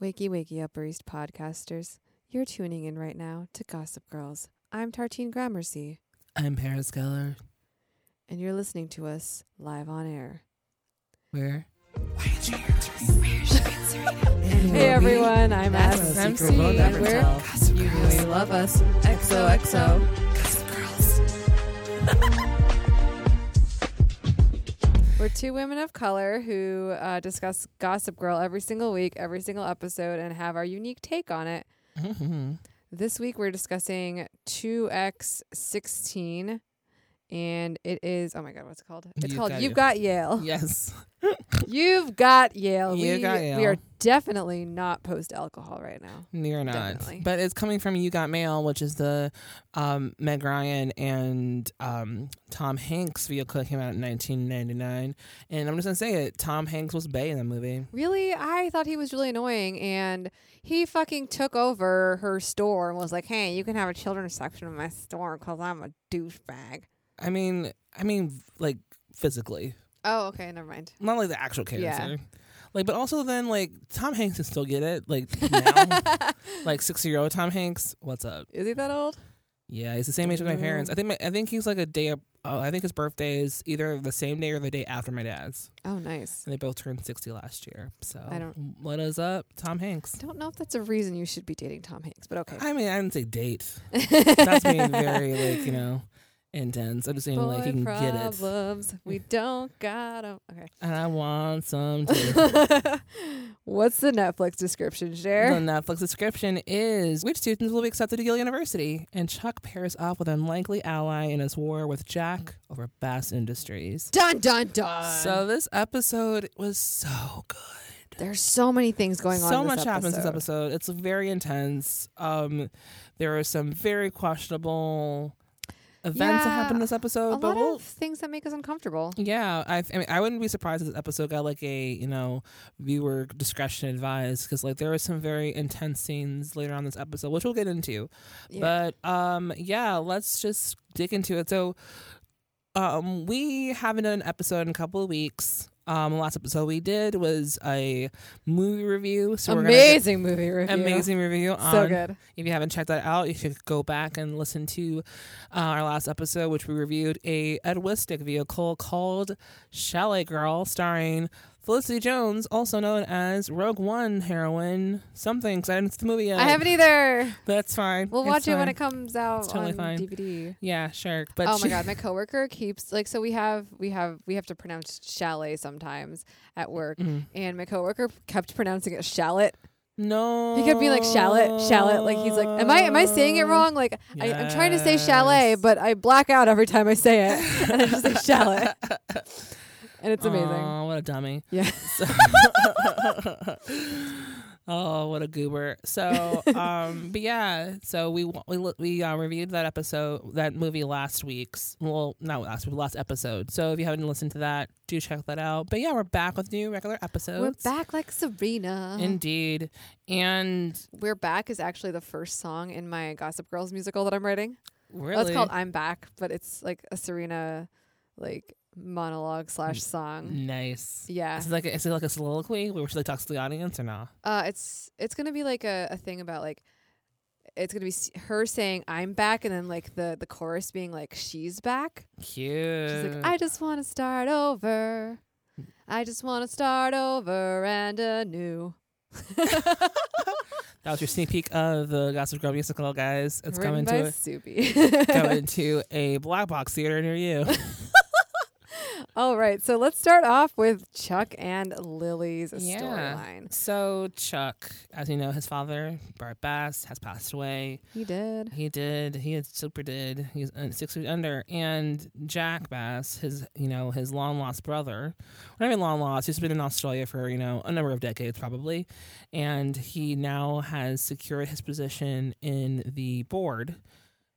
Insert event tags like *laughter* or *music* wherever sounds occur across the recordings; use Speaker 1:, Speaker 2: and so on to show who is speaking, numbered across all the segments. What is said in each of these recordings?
Speaker 1: Wakey, wakey, Upper East podcasters. You're tuning in right now to Gossip Girls. I'm Tartine Gramercy,
Speaker 2: I'm Paris Geller.
Speaker 1: and you're listening to us live on air.
Speaker 2: Where?
Speaker 1: Hey, everyone, I'm
Speaker 3: That's
Speaker 1: Adam.
Speaker 3: a secret we'll never
Speaker 1: and we're
Speaker 3: tell. You really love us. XOXO.
Speaker 1: We're two women of color who uh, discuss Gossip Girl every single week, every single episode, and have our unique take on it.
Speaker 2: Mhm.
Speaker 1: This week we're discussing 2X16, and it is, oh my God, what's it called? It's
Speaker 2: You've
Speaker 1: called
Speaker 2: Got
Speaker 1: You've
Speaker 2: Yale.
Speaker 1: Got Yale.
Speaker 2: Yes.
Speaker 1: You've Got Yale.
Speaker 2: You
Speaker 1: we,
Speaker 2: Got
Speaker 1: we
Speaker 2: Yale.
Speaker 1: are definitely not post alcohol right now.
Speaker 2: Near not.
Speaker 1: Definitely.
Speaker 2: But it's coming from You Got Mail, which is the um, Meg Ryan and um, Tom Hanks vehicle that came out in 1999. And I'm just going to say it Tom Hanks was Bay in the movie.
Speaker 1: Really? I thought he was really annoying, and he fucking took over her store and was like, hey, you can have a children's section of my store because I'm a douchebag.
Speaker 2: I mean, I mean, like physically,
Speaker 1: Oh, okay, never *laughs* mind.
Speaker 2: not like the actual cancer.
Speaker 1: Yeah.
Speaker 2: Like, but also then, like, Tom Hanks can still get it.
Speaker 1: *laughs*
Speaker 2: Like, now, like six year old Tom Hanks, what's up?
Speaker 1: Is he that old?
Speaker 2: Yeah, he's the same age as my
Speaker 1: Mm-hmm.
Speaker 2: parents. I think my, I think he's like a day. Up, uh, I think his birthday is either the same day or the day after my dad's,
Speaker 1: Oh, nice.
Speaker 2: and they both turned sixty last year. So
Speaker 1: I don't-
Speaker 2: What is up, Tom Hanks?
Speaker 1: Don't know if that's a reason you should be dating Tom Hanks, but okay.
Speaker 2: I mean, I didn't say date. *laughs* That's being
Speaker 1: *laughs*
Speaker 2: very like you know intense. I'm just saying like you can get it,
Speaker 1: problems, we don't got 'em.
Speaker 2: *laughs* and I want
Speaker 1: *laughs*
Speaker 2: some. too.
Speaker 1: Okay. *laughs* What's the Netflix description,
Speaker 2: The
Speaker 1: Cher?
Speaker 2: Netflix subscription is which students will be accepted to Yale University, and Chuck pairs off with an unlikely ally in his war with Jack over Bass Industries.
Speaker 1: Dun dun dun.
Speaker 2: So this episode was so good.
Speaker 1: there's so many things going on.
Speaker 2: so
Speaker 1: in
Speaker 2: much
Speaker 1: this
Speaker 2: happens this episode it's very intense um there are some very questionable events that happen
Speaker 1: Yeah,
Speaker 2: this episode
Speaker 1: A
Speaker 2: but
Speaker 1: lot
Speaker 2: we'll
Speaker 1: of things that make us uncomfortable.
Speaker 2: yeah, I, I mean, I wouldn't be surprised if this episode got like a you know viewer discretion advised because like there are some very intense scenes later on this episode, which we'll get into.
Speaker 1: Yeah.
Speaker 2: But um, yeah, let's just dig into it. So, um, we haven't done an episode in a couple of weeks. Um, the last episode we did was a movie review. So we're gonna do-
Speaker 1: amazing movie review.
Speaker 2: amazing review. On,
Speaker 1: So good.
Speaker 2: If you haven't checked that out, you should go back and listen to uh, our last episode, which we reviewed a Ed Westick vehicle called Chalet Girl, starring Felicity Jones, also known as Rogue One heroine something. 'cause I didn't see the movie yet.
Speaker 1: I haven't either.
Speaker 2: That's fine.
Speaker 1: We'll
Speaker 2: It's
Speaker 1: watch it when
Speaker 2: fine.
Speaker 1: it comes out
Speaker 2: totally
Speaker 1: on
Speaker 2: fine.
Speaker 1: DVD.
Speaker 2: Yeah, sure. But
Speaker 1: oh my
Speaker 2: she- *laughs*
Speaker 1: god, my coworker keeps like so we have we have we have to pronounce chalet sometimes at work,
Speaker 2: Mm.
Speaker 1: and my coworker kept pronouncing it shallot.
Speaker 2: No.
Speaker 1: He kept being like shallot, shallot. Like he's like, am I am I saying it wrong? Like I, I'm trying to say chalet,
Speaker 2: Yes.
Speaker 1: but I black out every time I say it, and I
Speaker 2: *laughs*
Speaker 1: just say shallot, and it's amazing.
Speaker 2: Oh, what a dummy.
Speaker 1: Yeah.
Speaker 2: So- *laughs* oh, what a goober.
Speaker 1: *laughs*
Speaker 2: So, um, but yeah, so we we lo- we uh, reviewed that episode, that movie last week's. Well, not last week, last episode. So if you haven't listened to that, do check that out. But yeah, we're back with new regular
Speaker 1: We're
Speaker 2: episodes.
Speaker 1: back like Sabrina.
Speaker 2: Indeed. And
Speaker 1: We're back is actually the first song in my Gossip Girls musical that I'm writing.
Speaker 2: really,
Speaker 1: Well, it's called I'm Back, but it's like a Serena like monologue slash
Speaker 2: Mm.
Speaker 1: song.
Speaker 2: nice.
Speaker 1: um, Yeah.
Speaker 2: Is it like a, is it like a soliloquy where she like talks to the audience or not?
Speaker 1: Uh it's it's going to be like a, a thing about like it's going to be s- her saying I'm back and then like the the chorus being like she's back.
Speaker 2: Cute.
Speaker 1: She's like I just want to start over. I just want to start over and anew. *laughs*
Speaker 2: That was your sneak peek of the Gossip Girl musical, guys. It's
Speaker 1: Written
Speaker 2: coming
Speaker 1: by
Speaker 2: to a,
Speaker 1: Subi. *laughs*
Speaker 2: coming to a black box theater near you.
Speaker 1: All right, so let's start off with Chuck and Lily's
Speaker 2: Yeah.
Speaker 1: storyline.
Speaker 2: so Chuck, as you know, his father Bart Bass has passed away.
Speaker 1: He did.
Speaker 2: He did. He is super did. He's uh, six feet under. And Jack Bass, his you know his long lost brother. When I mean long lost, he's been in Australia for you know a number of decades probably, and he now has secured his position in the board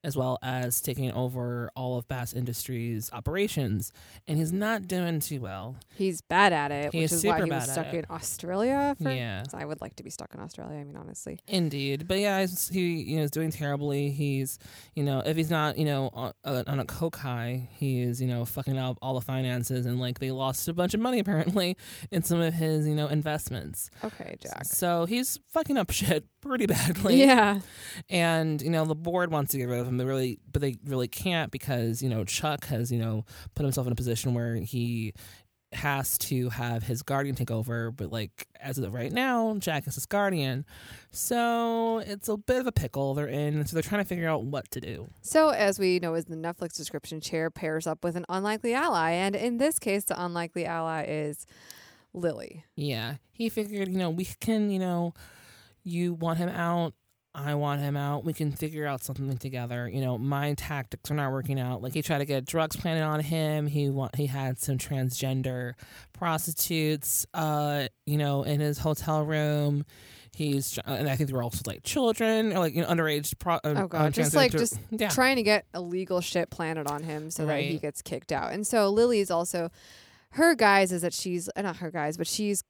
Speaker 2: as well as taking over all of Bass Industries operations. And he's not doing too well.
Speaker 1: He's bad at it,
Speaker 2: He
Speaker 1: which
Speaker 2: is
Speaker 1: is why
Speaker 2: super
Speaker 1: he was
Speaker 2: bad at
Speaker 1: stuck
Speaker 2: it.
Speaker 1: in Australia. For,
Speaker 2: Yeah.
Speaker 1: So I would like to be stuck in Australia. I mean, honestly,
Speaker 2: Indeed, but yeah, he's- he you know is doing terribly. He's you know if he's not you know on, uh, on a coke high, he is you know fucking up all the finances and like they lost a bunch of money *laughs* apparently in some of his you know investments.
Speaker 1: okay, Jack.
Speaker 2: So he's fucking up *laughs* shit pretty badly.
Speaker 1: yeah,
Speaker 2: and you know the board wants to get rid of him. They really, but they really can't because you know Chuck has you know put himself in a position where he has to have his guardian take over. But like as of right now, Jack is his guardian, so it's a bit of a pickle they're in. So they're trying to figure out what to do.
Speaker 1: So, as we know, as the Netflix description, Chair pairs up with an unlikely ally. And in this case, the unlikely ally is Lily.
Speaker 2: Yeah, he figured you know we can you know you want him out. I want him out. We can figure out something together. You know, my tactics are not working out. Like he tried to get drugs planted on him. He want he had some transgender prostitutes, uh, you know, in his hotel room. He's and I think they were also like children or like you know underage. Pro, uh,
Speaker 1: Oh, God.
Speaker 2: uh,
Speaker 1: Just, like,
Speaker 2: transgender-
Speaker 1: just
Speaker 2: yeah.
Speaker 1: Trying to get illegal shit planted on him so that he
Speaker 2: Right.
Speaker 1: gets kicked out. And so, Lily is also, her guise is that she's, uh, not her guise, but she's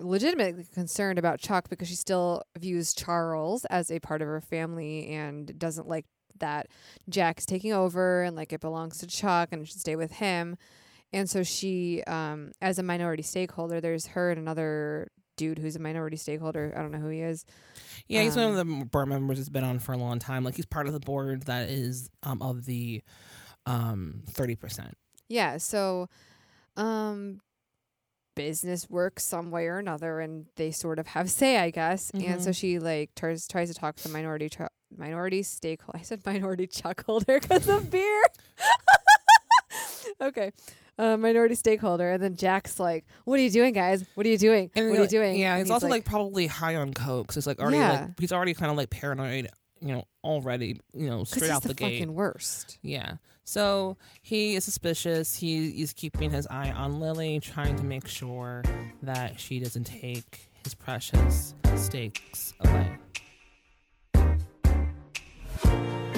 Speaker 1: legitimately concerned about Chuck because she still views Charles as a part of her family and doesn't like that Jack's taking over and like it belongs to Chuck and it should stay with him. And so she, um, as a minority stakeholder, there's her and another dude who's a minority stakeholder. I don't know who he is.
Speaker 2: Yeah, he's one of
Speaker 1: Um,
Speaker 2: the m- board members that's been on for a long time. Like he's part of the board that is um of the um thirty percent.
Speaker 1: Yeah. So, um, business works some way or another, and they sort of have *laughs* say, I guess. And so
Speaker 2: Mhm.
Speaker 1: she like tries tries to talk to the minority tr- minority stakeholder. *laughs* I said minority chuckholder because of beer. *laughs* okay. Uh, minority stakeholder, and then Jack's like, "What are you doing, guys? What are you doing?
Speaker 2: And
Speaker 1: what are
Speaker 2: uh,
Speaker 1: you doing?"
Speaker 2: Yeah,
Speaker 1: And
Speaker 2: he's, also like, probably high on coke. So it's like already
Speaker 1: Yeah.
Speaker 2: like he's already kind of like paranoid. You know, already. You know,
Speaker 1: "'Cause
Speaker 2: straight
Speaker 1: he's
Speaker 2: out the, gate.
Speaker 1: fucking worst.
Speaker 2: Yeah. So he is suspicious. He is keeping his eye on Lily, trying to make sure that she doesn't take his precious stakes away.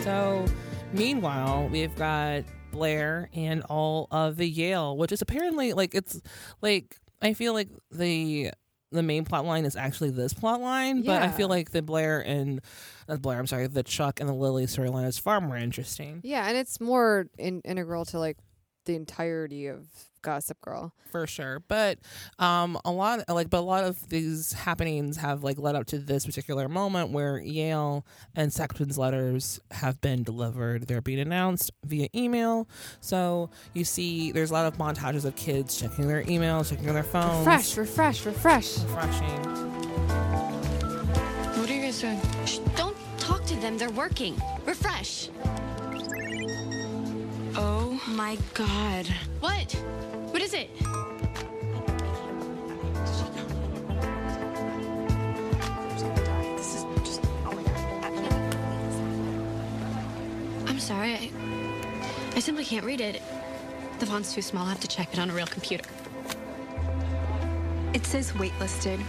Speaker 2: So, meanwhile, we've got Blair and all of the Yale, which is apparently like it's like I feel like the the main plot line is actually this plot line, but I
Speaker 1: Yeah.
Speaker 2: feel like the Blair and uh, Blair, I'm sorry, the Chuck and the Lily storyline is far more interesting
Speaker 1: Yeah, and it's more in- integral to like the entirety of Gossip Girl.
Speaker 2: for sure. But um, a lot like, but a lot of these happenings have like led up to this particular moment where Yale and Sexton's letters have been delivered. They're being announced via email. So you see, there's a lot of montages of kids checking their emails, checking their phones,
Speaker 1: Refresh, refresh, refresh.
Speaker 2: refreshing.
Speaker 4: What are you guys doing?
Speaker 5: Shh, don't talk to them. They're working. Refresh.
Speaker 4: Oh my god.
Speaker 5: What? What is it?
Speaker 4: This is just. Oh my god.
Speaker 5: I'm sorry. I, I simply can't read it. The font's too small. I have to check it on a real computer.
Speaker 4: It says waitlisted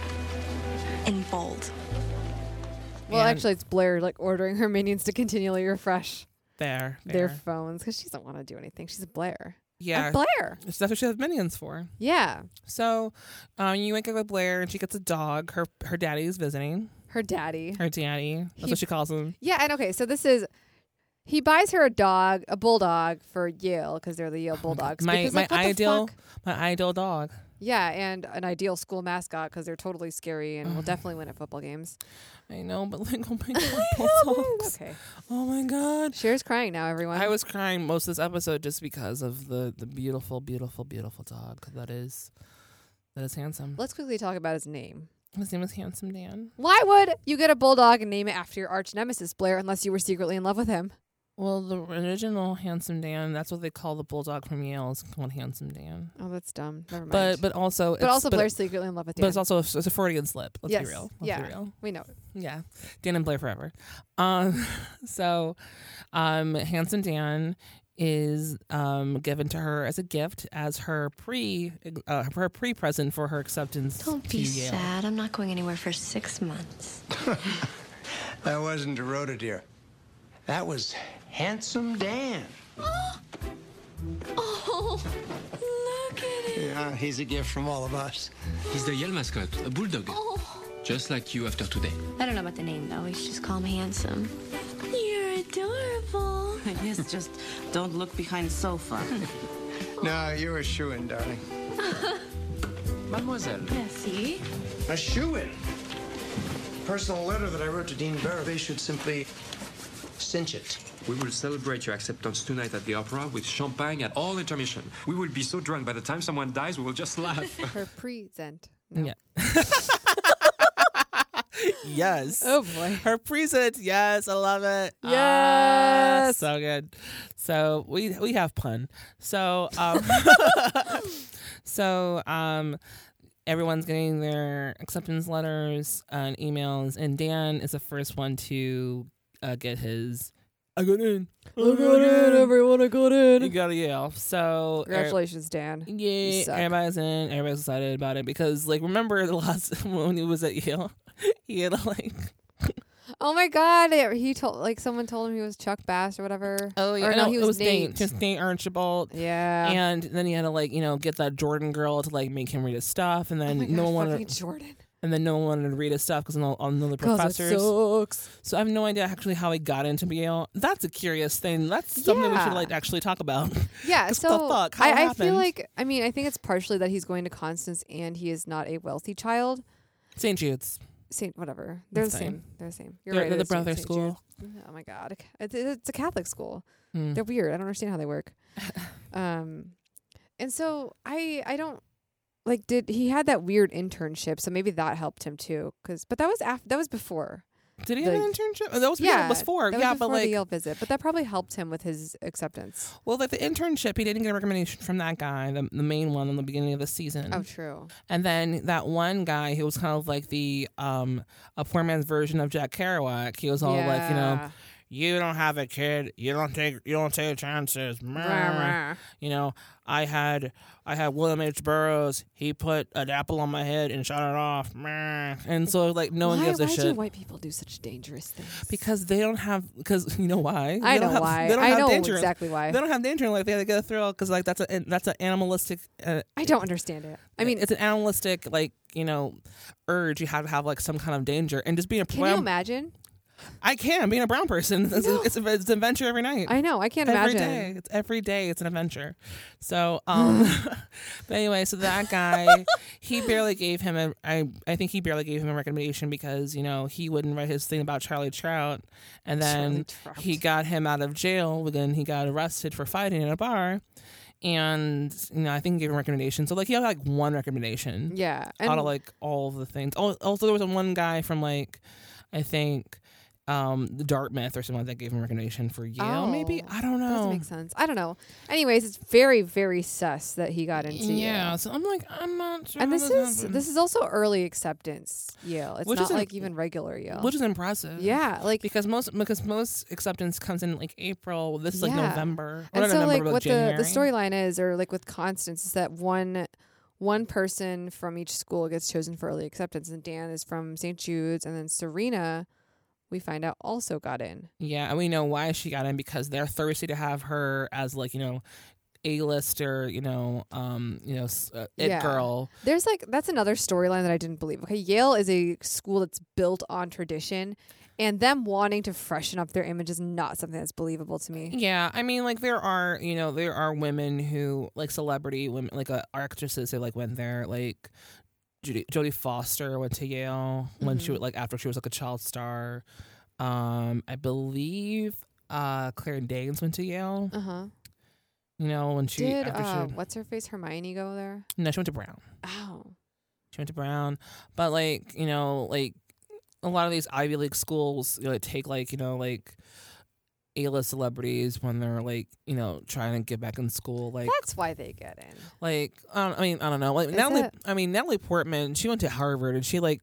Speaker 4: in bold.
Speaker 1: Well,
Speaker 2: And-
Speaker 1: actually, it's Blair like ordering her minions to continually refresh
Speaker 2: There,
Speaker 1: their
Speaker 2: there.
Speaker 1: phones because she doesn't want to do anything. She's Blair.
Speaker 2: yeah.
Speaker 1: I'm Blair.
Speaker 2: So that's what she has minions for.
Speaker 1: Yeah,
Speaker 2: So, um, you wake up with Blair, and she gets a dog. Her her daddy is visiting.
Speaker 1: her daddy.
Speaker 2: Her daddy. That's
Speaker 1: He-
Speaker 2: what she calls him.
Speaker 1: Yeah, and okay, so this is he buys her a dog, a bulldog for Yale because they're the Yale Bulldogs.
Speaker 2: Oh My
Speaker 1: because,
Speaker 2: my
Speaker 1: like, what the
Speaker 2: ideal
Speaker 1: fuck?
Speaker 2: my ideal dog.
Speaker 1: Yeah, and an ideal school mascot because they're totally scary and will definitely win at football
Speaker 2: *laughs*
Speaker 1: games.
Speaker 2: I know, but like, oh my
Speaker 1: *laughs*
Speaker 2: god, bulldogs.
Speaker 1: Okay,
Speaker 2: Oh my god.
Speaker 1: Cher's crying now. Everyone.
Speaker 2: I was crying most of this episode just because of the the beautiful, beautiful, beautiful dog that is that is handsome.
Speaker 1: Let's quickly talk about his name.
Speaker 2: His name is Handsome Dan.
Speaker 1: Why would you get a bulldog and name it after your arch nemesis Blair unless you were secretly in love with him?
Speaker 2: Well, the original Handsome Dan, that's what they call the bulldog from Yale is called Handsome Dan.
Speaker 1: Oh, that's dumb. Never mind.
Speaker 2: But but also
Speaker 1: But
Speaker 2: it's-
Speaker 1: also, Blair's secretly in love with
Speaker 2: but
Speaker 1: Dan.
Speaker 2: it's also it's a Freudian slip. Let's
Speaker 1: Yes,
Speaker 2: be real. Let's
Speaker 1: yeah.
Speaker 2: be real.
Speaker 1: we know. it.
Speaker 2: Yeah. Dan and Blair forever. Um *laughs* so um Handsome Dan is um given to her as a gift as her pre uh, her pre present for her acceptance.
Speaker 5: Don't be
Speaker 2: to Yale.
Speaker 5: sad. I'm not going anywhere for six months.
Speaker 6: That wasn't a rota deer. That was Handsome Dan.
Speaker 5: Oh, look at it.
Speaker 6: Yeah, he's a gift from all of us.
Speaker 7: He's the Yale mascot, a bulldog. Just like you after today.
Speaker 5: I don't know about the name, though. We should just call him Handsome. You're adorable.
Speaker 8: I guess just don't look behind the sofa.
Speaker 6: No, you're a shoo in, darling.
Speaker 7: Mademoiselle,
Speaker 5: *laughs* Yeah, see?
Speaker 6: A shoo in? Personal letter that I wrote to Dean Barrow. They should simply cinch it.
Speaker 7: we will celebrate your acceptance tonight at the opera with champagne at all intermission. We will be so drunk by the time someone dies, we will just laugh.
Speaker 2: *laughs*
Speaker 1: Her present. No.
Speaker 2: Yeah. yes.
Speaker 1: Oh boy.
Speaker 2: Her present. Yes, I love it. Ah,
Speaker 1: Yes.
Speaker 2: so good. So we we have pun. So um so um everyone's getting their acceptance letters and emails and Dan is the first one to uh, get his I got in. I got in.
Speaker 1: Everyone, I got
Speaker 2: You
Speaker 1: in.
Speaker 2: gotta yell. So er-
Speaker 1: Congratulations, Dan.
Speaker 2: yeah,
Speaker 1: suck.
Speaker 2: everybody's in. Everybody's excited about it because, like, remember the last *laughs* when he was at Yale, *laughs* he had like,
Speaker 1: Oh my God! it- He told like someone told him he was Chuck Bass or whatever.
Speaker 2: Uh,
Speaker 1: or no, he
Speaker 2: it
Speaker 1: was,
Speaker 2: was Nate,
Speaker 1: Nate.
Speaker 2: just Nate Archibald,
Speaker 1: yeah.
Speaker 2: and then he had to like, you know, get that Jordan girl to like make him read his stuff, and
Speaker 1: oh
Speaker 2: then
Speaker 1: my
Speaker 2: no
Speaker 1: God,
Speaker 2: one
Speaker 1: fucking
Speaker 2: wanted,
Speaker 1: Jordan.
Speaker 2: and then no one wanted to read his stuff because all, all the other
Speaker 1: Cause
Speaker 2: professors.
Speaker 1: it sucks.
Speaker 2: so I have no idea actually how he got into Yale. That's a curious thing. That's something we
Speaker 1: Yeah.
Speaker 2: should like actually talk about. *laughs*
Speaker 1: Yeah,
Speaker 2: Just
Speaker 1: so
Speaker 2: the fuck? How
Speaker 1: I,
Speaker 2: it
Speaker 1: I feel
Speaker 2: happened?
Speaker 1: like I mean I think it's partially that he's going to Constance and he is not a wealthy child.
Speaker 2: St. Jude's,
Speaker 1: Same, whatever. They're the
Speaker 2: Same.
Speaker 1: same. They're the same. You're
Speaker 2: They're-
Speaker 1: right. it
Speaker 2: they're the
Speaker 1: is St.
Speaker 2: brother
Speaker 1: Jude's.
Speaker 2: school.
Speaker 1: Oh my god, it's, it's a Catholic school.
Speaker 2: Hmm.
Speaker 1: They're weird. I don't understand how they
Speaker 2: *laughs*
Speaker 1: work. um, and so I I don't like did he had that weird internship, so maybe that helped him too. Cause but that was after that was before.
Speaker 2: Did he have
Speaker 1: The-
Speaker 2: an internship? Oh, That was
Speaker 1: yeah,
Speaker 2: yeah, before.
Speaker 1: that was
Speaker 2: yeah,
Speaker 1: before
Speaker 2: but like
Speaker 1: the Yale visit, but that probably helped him with his acceptance.
Speaker 2: Well, like the internship, he didn't get a recommendation from that guy, the, the main one in the beginning of the season.
Speaker 1: Oh, true.
Speaker 2: And then that one guy who was kind of like the um a poor man's version of Jack Kerouac. He was all like, you know,
Speaker 1: Yeah.
Speaker 2: you don't have a kid, you don't take you don't take chances. Meh. You know, I had I had William H. Burroughs. He put an apple on my head and shot it off. Meh. And so like no one
Speaker 1: why
Speaker 2: gives a
Speaker 1: why do
Speaker 2: shit.
Speaker 1: white people do such dangerous things?
Speaker 2: because they don't have, because *laughs* you know why?
Speaker 1: I
Speaker 2: They don't
Speaker 1: know
Speaker 2: have-
Speaker 1: why.
Speaker 2: They don't
Speaker 1: I
Speaker 2: have
Speaker 1: know
Speaker 2: danger.
Speaker 1: exactly why.
Speaker 2: They don't have danger in life. They had to go through because like that's a that's an animalistic. Uh,
Speaker 1: I don't understand it. I mean,
Speaker 2: it's an animalistic like you know urge. You have to have like some kind of danger and just being a
Speaker 1: can you
Speaker 2: brown.
Speaker 1: imagine?
Speaker 2: I can being a brown person. It's, it's, it's an adventure every night.
Speaker 1: I know. I can't
Speaker 2: Every
Speaker 1: imagine.
Speaker 2: day. It's every day. It's an adventure.
Speaker 1: *sighs*
Speaker 2: So, um, *laughs* but anyway, so that guy, he barely gave him a, I, I think he barely gave him a recommendation because, you know, he wouldn't write his thing about Charlie Trout. And then
Speaker 1: Trout.
Speaker 2: he got him out of jail. But then he got arrested for fighting in a bar. And, you know, I think he gave him a recommendation. So, like, he had like one recommendation
Speaker 1: Yeah.
Speaker 2: out
Speaker 1: And
Speaker 2: of like all of the things. Al- Also, there was one guy from like, I think, um, Dartmouth or someone that gave him a recommendation for Yale. Maybe
Speaker 1: Oh,
Speaker 2: I don't
Speaker 1: that doesn't
Speaker 2: know.
Speaker 1: make sense. I don't know. Anyways, it's very, very sus that he got into
Speaker 2: yeah,
Speaker 1: Yale.
Speaker 2: so I'm like, I'm not sure.
Speaker 1: And
Speaker 2: how
Speaker 1: this is
Speaker 2: happened.
Speaker 1: this is also early acceptance Yale. It's
Speaker 2: Which
Speaker 1: not
Speaker 2: isn't-
Speaker 1: like even regular Yale.
Speaker 2: which is impressive.
Speaker 1: yeah, like
Speaker 2: Because most because most acceptance comes in like April. This is like
Speaker 1: Yeah.
Speaker 2: November. Well,
Speaker 1: and
Speaker 2: not
Speaker 1: so
Speaker 2: November,
Speaker 1: like
Speaker 2: but
Speaker 1: what the, the
Speaker 2: January.
Speaker 1: storyline is or like with Constance is that one one person from each school gets chosen for early acceptance and Dan is from St. Jude's and then Serena we find out also got in.
Speaker 2: Yeah, and we know why she got in because they're thirsty to have her as like you know, a lister. You know, um, you know, s- uh, it
Speaker 1: Yeah.
Speaker 2: girl.
Speaker 1: There's like that's another storyline that I didn't believe. Okay, Yale is a school that's built on tradition, and them wanting to freshen up their image is not something that's believable to me.
Speaker 2: Yeah, I mean, like there are, you know, there are women who like celebrity women, like uh, actresses who like went there, like Judy, Jodie Foster went to Yale when she was like after she was like a child star. Um, I believe uh Claire Danes went to Yale.
Speaker 1: Uh huh.
Speaker 2: You know, when she
Speaker 1: Did
Speaker 2: after
Speaker 1: uh,
Speaker 2: she
Speaker 1: what's her face Hermione go there?
Speaker 2: no, she went to Brown.
Speaker 1: Oh,
Speaker 2: She went to Brown, but like you know, like a lot of these Ivy League schools you know, like, take like you know like A list celebrities when they're like you know trying to get back in school. Like
Speaker 1: that's why they get in.
Speaker 2: like I, don't, I mean I don't know. Like
Speaker 1: Is
Speaker 2: Natalie,
Speaker 1: it-
Speaker 2: I mean Natalie Portman. She went to Harvard and she like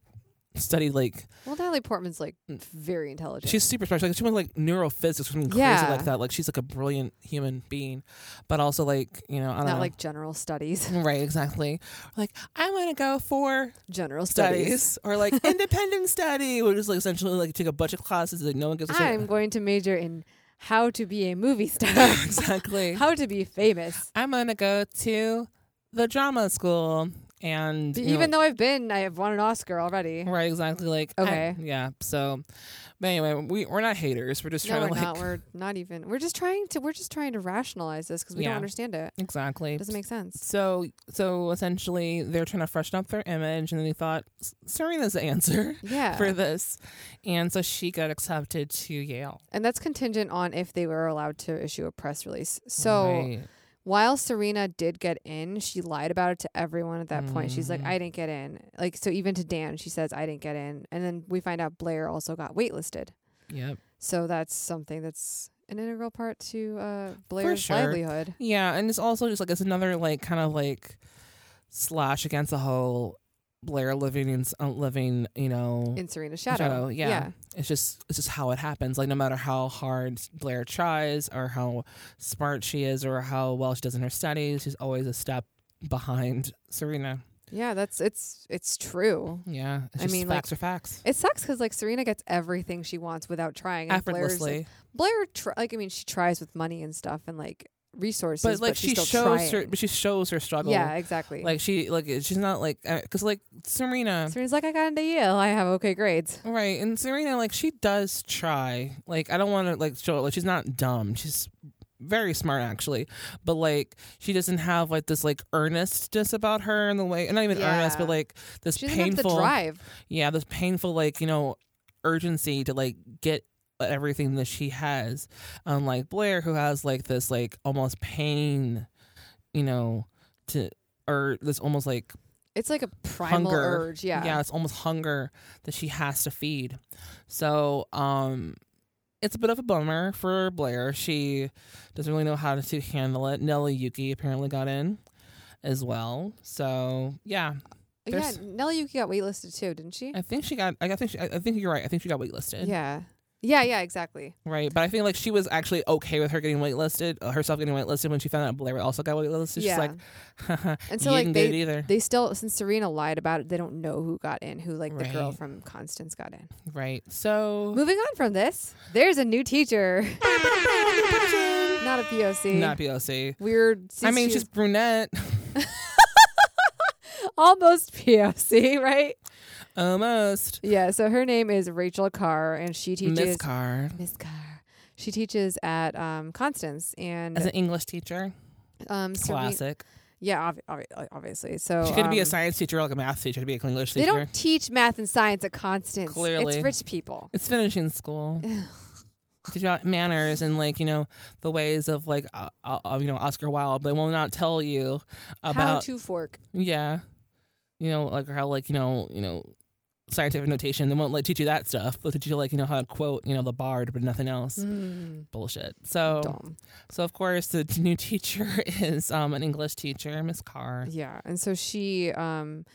Speaker 2: studied like
Speaker 1: Well, Natalie Portman's like
Speaker 2: Mm.
Speaker 1: very intelligent.
Speaker 2: she's super special. Like she went like neurophysics or something
Speaker 1: Yeah.
Speaker 2: crazy like that. Like she's like a brilliant human being, but also like you know I don't
Speaker 1: not
Speaker 2: know.
Speaker 1: like general studies. *laughs*
Speaker 2: *laughs* Right, exactly. Like, I want to go for
Speaker 1: general
Speaker 2: studies,
Speaker 1: studies.
Speaker 2: or
Speaker 1: *laughs*
Speaker 2: like independent study, which is like essentially like take a bunch of classes. Like, no one gives a shit.
Speaker 1: I'm going to major in how to be a movie star,
Speaker 2: *laughs* exactly.
Speaker 1: *laughs* how to be famous.
Speaker 2: I'm gonna go to the drama school and you know,
Speaker 1: Even though I've been, I have won an Oscar already.
Speaker 2: right exactly like I-
Speaker 1: Okay.
Speaker 2: yeah. So, but anyway, we we're not haters. We're just
Speaker 1: No,
Speaker 2: trying
Speaker 1: we're
Speaker 2: to like
Speaker 1: not. We're not even. We're just trying to. We're just trying to rationalize this because we
Speaker 2: Yeah.
Speaker 1: don't understand it.
Speaker 2: *laughs* exactly.
Speaker 1: It doesn't make
Speaker 2: *laughs*
Speaker 1: sense.
Speaker 2: so so essentially, they're trying to freshen up their image, and then they thought "S- Serena's the answer *laughs*
Speaker 1: Yeah.
Speaker 2: for this, and so she got accepted to Yale.
Speaker 1: And that's contingent on if they were allowed to issue a press release. So
Speaker 2: Right.
Speaker 1: while Serena did get in, she lied about it to everyone at that point. She's
Speaker 2: Mm.
Speaker 1: like, I didn't get in. Like, so even to Dan, she says, I didn't get in. And then we find out Blair also got waitlisted.
Speaker 2: Yep.
Speaker 1: So that's something that's an integral part to uh, Blair's
Speaker 2: sure.
Speaker 1: livelihood.
Speaker 2: Yeah, and it's also just like it's another like kind of like slash against the whole Blair living in s- uh, living, you know,
Speaker 1: In Serena's shadow.
Speaker 2: yeah. It's just it's just how it happens. Like no matter how hard Blair tries or how smart she is or how well she does in her studies, she's always a step behind Serena.
Speaker 1: Yeah, that's it's it's true.
Speaker 2: Yeah. It's
Speaker 1: I
Speaker 2: just
Speaker 1: mean, like-
Speaker 2: facts are facts.
Speaker 1: It sucks because like Serena gets everything she wants without trying. And Blair's, like,
Speaker 2: Effortlessly.
Speaker 1: Blair, tr- like I mean, she tries with money and stuff and like resources,
Speaker 2: But like she
Speaker 1: she's still
Speaker 2: shows her
Speaker 1: trying.
Speaker 2: but she shows her struggle.
Speaker 1: yeah, exactly.
Speaker 2: Like she like she's not like uh 'cause like Serena
Speaker 1: Serena's like, I got into Yale, I have okay grades.
Speaker 2: Right, and Serena, like she does try. Like I don't want to like show like she's not dumb. She's very smart actually, but like she doesn't have like this like earnestness about her in the way, and not even earnest,
Speaker 1: Yeah.
Speaker 2: but like this
Speaker 1: She doesn't
Speaker 2: painful
Speaker 1: have the drive.
Speaker 2: yeah, this painful like you know urgency to like get everything that she has, unlike Blair who has like this like almost pain, you know, to or this almost like
Speaker 1: It's like a primal
Speaker 2: hunger.
Speaker 1: urge. Yeah.
Speaker 2: Yeah, it's almost hunger that she has to feed. So, um it's a bit of a bummer for Blair. She doesn't really know how to handle it. Nelly Yuki apparently got in as well. So, yeah.
Speaker 1: yeah.
Speaker 2: there's-
Speaker 1: Nelly Yuki got waitlisted too, didn't she?
Speaker 2: I think she got I think she, I think you're right. I think she got waitlisted.
Speaker 1: Yeah. Yeah. Yeah. Exactly.
Speaker 2: Right. But I feel like she was actually okay with her getting waitlisted, uh, herself getting waitlisted when she found out Blair also got waitlisted.
Speaker 1: yeah.
Speaker 2: She's like,
Speaker 1: and so
Speaker 2: you
Speaker 1: like
Speaker 2: didn't
Speaker 1: they
Speaker 2: get it either.
Speaker 1: they still since Serena lied about it, they don't know who got in, who like the girl
Speaker 2: Right.
Speaker 1: from Constance got in.
Speaker 2: right. So
Speaker 1: Moving on from this, there's a new teacher. Not a POC.
Speaker 2: not BLC.
Speaker 1: Weird.
Speaker 2: I mean,
Speaker 1: she's
Speaker 2: she's brunette.
Speaker 1: *laughs*
Speaker 2: *laughs*
Speaker 1: almost POC, right?
Speaker 2: Almost.
Speaker 1: Yeah. So her name is Rachel Carr, and she teaches
Speaker 2: Miss Carr
Speaker 1: Miss Carr. She teaches at um, Constance and
Speaker 2: as an English teacher.
Speaker 1: um, Sere-
Speaker 2: Classic.
Speaker 1: yeah, obvi- obvi- obviously. So
Speaker 2: she could be a
Speaker 1: um,
Speaker 2: science teacher, or like a math teacher, to be an English
Speaker 1: They
Speaker 2: teacher.
Speaker 1: don't teach math and science at Constance.
Speaker 2: Clearly.
Speaker 1: it's rich people.
Speaker 2: It's
Speaker 1: *laughs*
Speaker 2: finishing school. Teach about manners and like you know the ways of like uh, uh, you know Oscar Wilde. They will not tell you
Speaker 1: How
Speaker 2: about
Speaker 1: to fork?
Speaker 2: yeah, you know like how like you know you know scientific notation. They won't like teach you that stuff. They'll teach you like you know how to quote you know the Bard, but nothing else. Bullshit. So
Speaker 1: Hmm. Dumb.
Speaker 2: so of course the *laughs* new teacher is um an English teacher, Miss Carr.
Speaker 1: Yeah, and so she, um,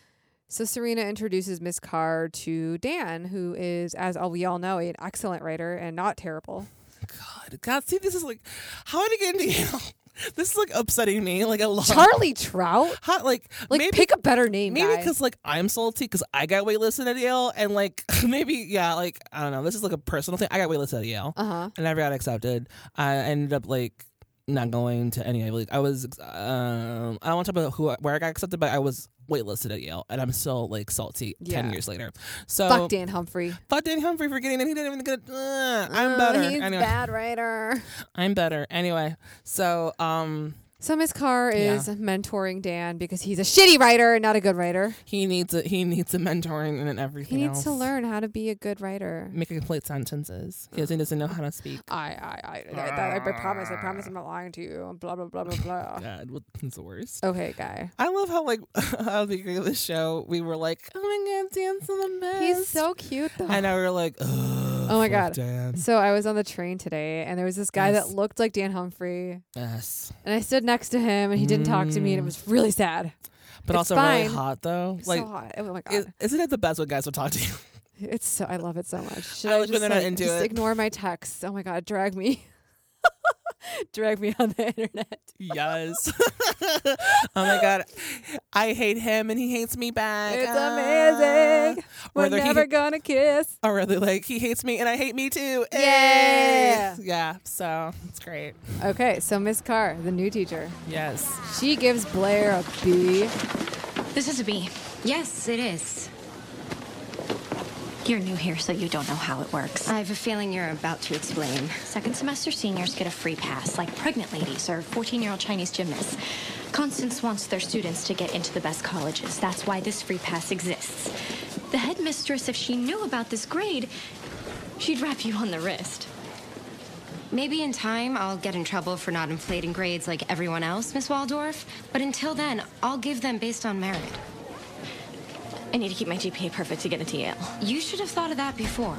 Speaker 1: so Serena introduces Miss Carr to Dan, who is, as all we all know, an excellent writer and not
Speaker 2: *laughs*
Speaker 1: terrible.
Speaker 2: God, God, see, this is like, how did I get into Yale? *laughs* This is like upsetting me, like a lot.
Speaker 1: Charlie Trout.
Speaker 2: How, like,
Speaker 1: Like,
Speaker 2: maybe,
Speaker 1: pick a better name,
Speaker 2: maybe
Speaker 1: guys.
Speaker 2: because like I'm salty because I got waitlisted at Yale, and like *laughs* maybe yeah, like I don't know. This is like a personal thing. I got waitlisted at Yale,
Speaker 1: Uh huh.
Speaker 2: I never got accepted. I ended up like not going to any. Like I was, um, I don't want to talk about who where I got accepted, but I was waitlisted at Yale, and I'm still like salty ten
Speaker 1: Yeah.
Speaker 2: years later. So
Speaker 1: Fuck Dan Humphrey.
Speaker 2: fuck Dan Humphrey for getting in. He didn't even get. Uh, I'm
Speaker 1: Oh,
Speaker 2: better.
Speaker 1: He's
Speaker 2: anyway.
Speaker 1: bad writer.
Speaker 2: *laughs* I'm better. Anyway, so um
Speaker 1: So Miss Carr
Speaker 2: Yeah.
Speaker 1: is mentoring Dan because he's a shitty writer and not a good writer.
Speaker 2: he needs a he needs a mentoring and
Speaker 1: He
Speaker 2: everything.
Speaker 1: needs to
Speaker 2: else.
Speaker 1: learn how to be a good writer.
Speaker 2: Make complete sentences. He doesn't, doesn't know how to speak.
Speaker 1: I, I, I, I, I, I promise, I promise, I'm not lying to you. Blah blah blah blah
Speaker 2: *laughs*
Speaker 1: blah.
Speaker 2: *laughs* God, well, it's the worst.
Speaker 1: Okay, guy.
Speaker 2: I love how like *laughs* at the beginning of the show we were like, oh my god, dance on the best.
Speaker 1: He's so cute though.
Speaker 2: And now we were like, oh
Speaker 1: Oh my god.
Speaker 2: Dan.
Speaker 1: So I was on the train today and there was this guy
Speaker 2: Yes.
Speaker 1: that looked like Dan Humphrey
Speaker 2: Yes,
Speaker 1: and I stood next to him and he didn't talk to me and it was really sad.
Speaker 2: but
Speaker 1: It's
Speaker 2: also
Speaker 1: fine.
Speaker 2: really hot though.
Speaker 1: It's
Speaker 2: Mm. Like,
Speaker 1: so hot. Oh my god.
Speaker 2: is, isn't it the best when guys will talk to you?
Speaker 1: it's so I love it so much. Should
Speaker 2: I
Speaker 1: I,
Speaker 2: like when
Speaker 1: just,
Speaker 2: they're not
Speaker 1: like,
Speaker 2: into
Speaker 1: just
Speaker 2: it.
Speaker 1: ignore my texts? Oh my god, drag me. *laughs* Drag me on the internet.
Speaker 2: *laughs* Yes. oh my god, I hate him and he hates me back.
Speaker 1: It's
Speaker 2: Ah.
Speaker 1: amazing.
Speaker 2: *laughs* Or
Speaker 1: We're
Speaker 2: they're- he-
Speaker 1: never gonna kiss.
Speaker 2: Or really like he hates me and I hate me too.
Speaker 1: Yeah.
Speaker 2: Eh. Yeah. So it's great.
Speaker 1: Okay, so Miss Carr, the new teacher,
Speaker 2: Yes.
Speaker 1: she gives Blair a B.
Speaker 5: This is a B.
Speaker 9: Yes, it is.
Speaker 5: You're new here, so you don't know how it works.
Speaker 9: I have a feeling you're about to explain.
Speaker 5: Second semester seniors get a free pass, like pregnant ladies or 14 year old Chinese gymnasts. Constance wants their students to get into the best colleges. That's why this free pass exists. The headmistress, if she knew about this grade, she'd wrap you on the wrist.
Speaker 9: Maybe in time I'll get in trouble for not inflating grades like everyone else, Miss Waldorf. But until then, I'll give them based on merit.
Speaker 5: I need to keep my GPA perfect to get into Yale.
Speaker 9: You should have thought of that before.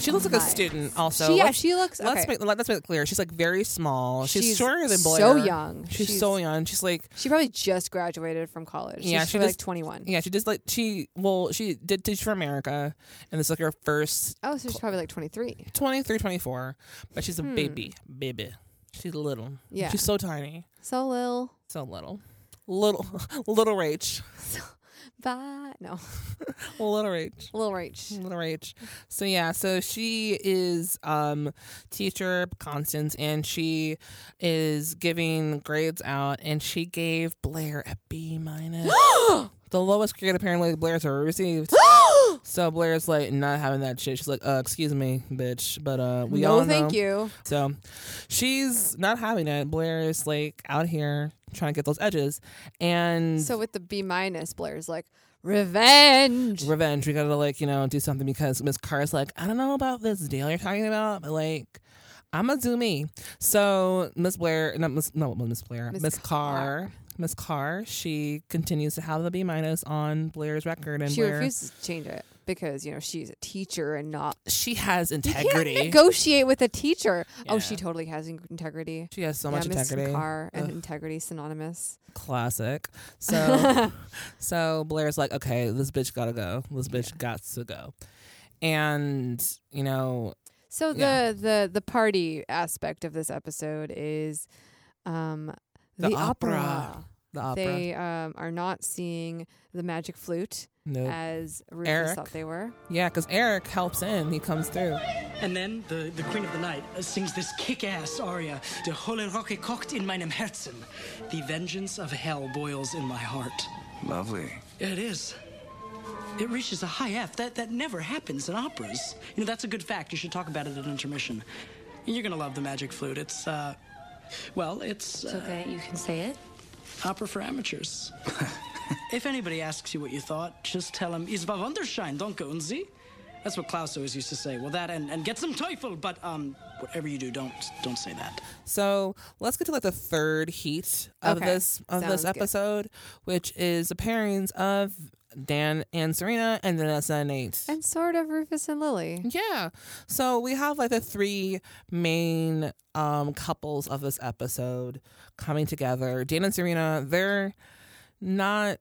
Speaker 2: She looks like a student. Also,
Speaker 1: She- yeah,
Speaker 2: Let's-
Speaker 1: she looks-
Speaker 2: Let's
Speaker 1: okay.
Speaker 2: make let- let's make it clear. She's like very small. She's,
Speaker 1: She's
Speaker 2: shorter than
Speaker 1: so
Speaker 2: Blair.
Speaker 1: young.
Speaker 2: She's,
Speaker 1: She's-
Speaker 2: so young. She's like
Speaker 1: She probably just graduated from college.
Speaker 2: yeah.
Speaker 1: She's
Speaker 2: She
Speaker 1: probably
Speaker 2: just-
Speaker 1: like 21.
Speaker 2: Yeah, she just like she well she did teach for America, and this is like her first
Speaker 1: Oh, so she's probably like 23.
Speaker 2: 23, 24, but she's a baby, baby. She's little.
Speaker 1: Hmm. Yeah.
Speaker 2: she's so tiny,
Speaker 1: So Lil,
Speaker 2: so little, little, *laughs* little Rach,
Speaker 1: bye. No, *laughs*
Speaker 2: little Rach.
Speaker 1: Lil Rach.
Speaker 2: Little Rach. So yeah, so she is um teacher Constance and she is giving grades out and she gave Blair a
Speaker 1: *gasps*
Speaker 2: B minus. the lowest grade apparently Blair's ever received. so Blair's like not having that shit. She's like, uh, excuse me, bitch. But uh we all
Speaker 1: no,
Speaker 2: know.
Speaker 1: thank you.
Speaker 2: So she's not having it. Blair is like out here trying to get those edges. And
Speaker 1: So with the B minus, Blair's like, revenge.
Speaker 2: revenge. We gotta like you know do something because Miss Carr's like I don't know about this deal you're talking about, but like I'm a do me. So Miss Blair, not Miss, no Miss Blair,
Speaker 1: Miss
Speaker 2: Miss Carr, Miss Carr. She continues to have the B minus on Blair's record, and
Speaker 1: she
Speaker 2: Blair
Speaker 1: refuses to change it because you know she's a teacher and not
Speaker 2: she has
Speaker 1: can't
Speaker 2: *laughs* integrity.
Speaker 1: *laughs* negotiate with a teacher.
Speaker 2: Yeah.
Speaker 1: Oh, she totally has in- integrity.
Speaker 2: She has so
Speaker 1: yeah,
Speaker 2: much
Speaker 1: Miss
Speaker 2: integrity.
Speaker 1: Carr and
Speaker 2: Ugh.
Speaker 1: integrity synonymous. *laughs*
Speaker 2: Classic. So, so Blair's like, okay, this bitch gotta go. This bitch got to go. And you know,
Speaker 1: So the
Speaker 2: Yeah.
Speaker 1: the the party aspect of this episode is um
Speaker 2: The
Speaker 1: the,
Speaker 2: opera.
Speaker 1: opera.
Speaker 2: the opera.
Speaker 1: They um, are not seeing the magic flute
Speaker 2: Nope.
Speaker 1: as Rufus
Speaker 2: Eric.
Speaker 1: thought they were.
Speaker 2: Yeah, because Eric helps in. He comes through.
Speaker 10: And then the, the Queen of the Night uh, sings this kick ass aria, De Holle Rocke kocht in meinem Herzen. The vengeance of hell boils in my heart.
Speaker 6: Lovely.
Speaker 10: It is. It reaches a high F. That, that never happens in operas. You know, that's a good fact. You should talk about it at intermission. You're gonna love the magic flute. It's, uh, well, it's uh,
Speaker 9: Okay, you can say it.
Speaker 10: opera for amateurs. if anybody asks you what you thought, just tell them, Es war wunderschön, danke und Sie? That's what Klaus always used to say. Well, that and, and get some Teufel, but um, whatever you do, don't don't say that.
Speaker 2: So let's get to like the third heat of
Speaker 1: Okay,
Speaker 2: this of
Speaker 1: sounds
Speaker 2: this
Speaker 1: good.
Speaker 2: episode, which is the pairings of Dan and Serena and Vanessa and Nate.
Speaker 1: And sort of Rufus and Lily.
Speaker 2: yeah. So we have like the three main um couples of this episode coming together. Dan and Serena, they're not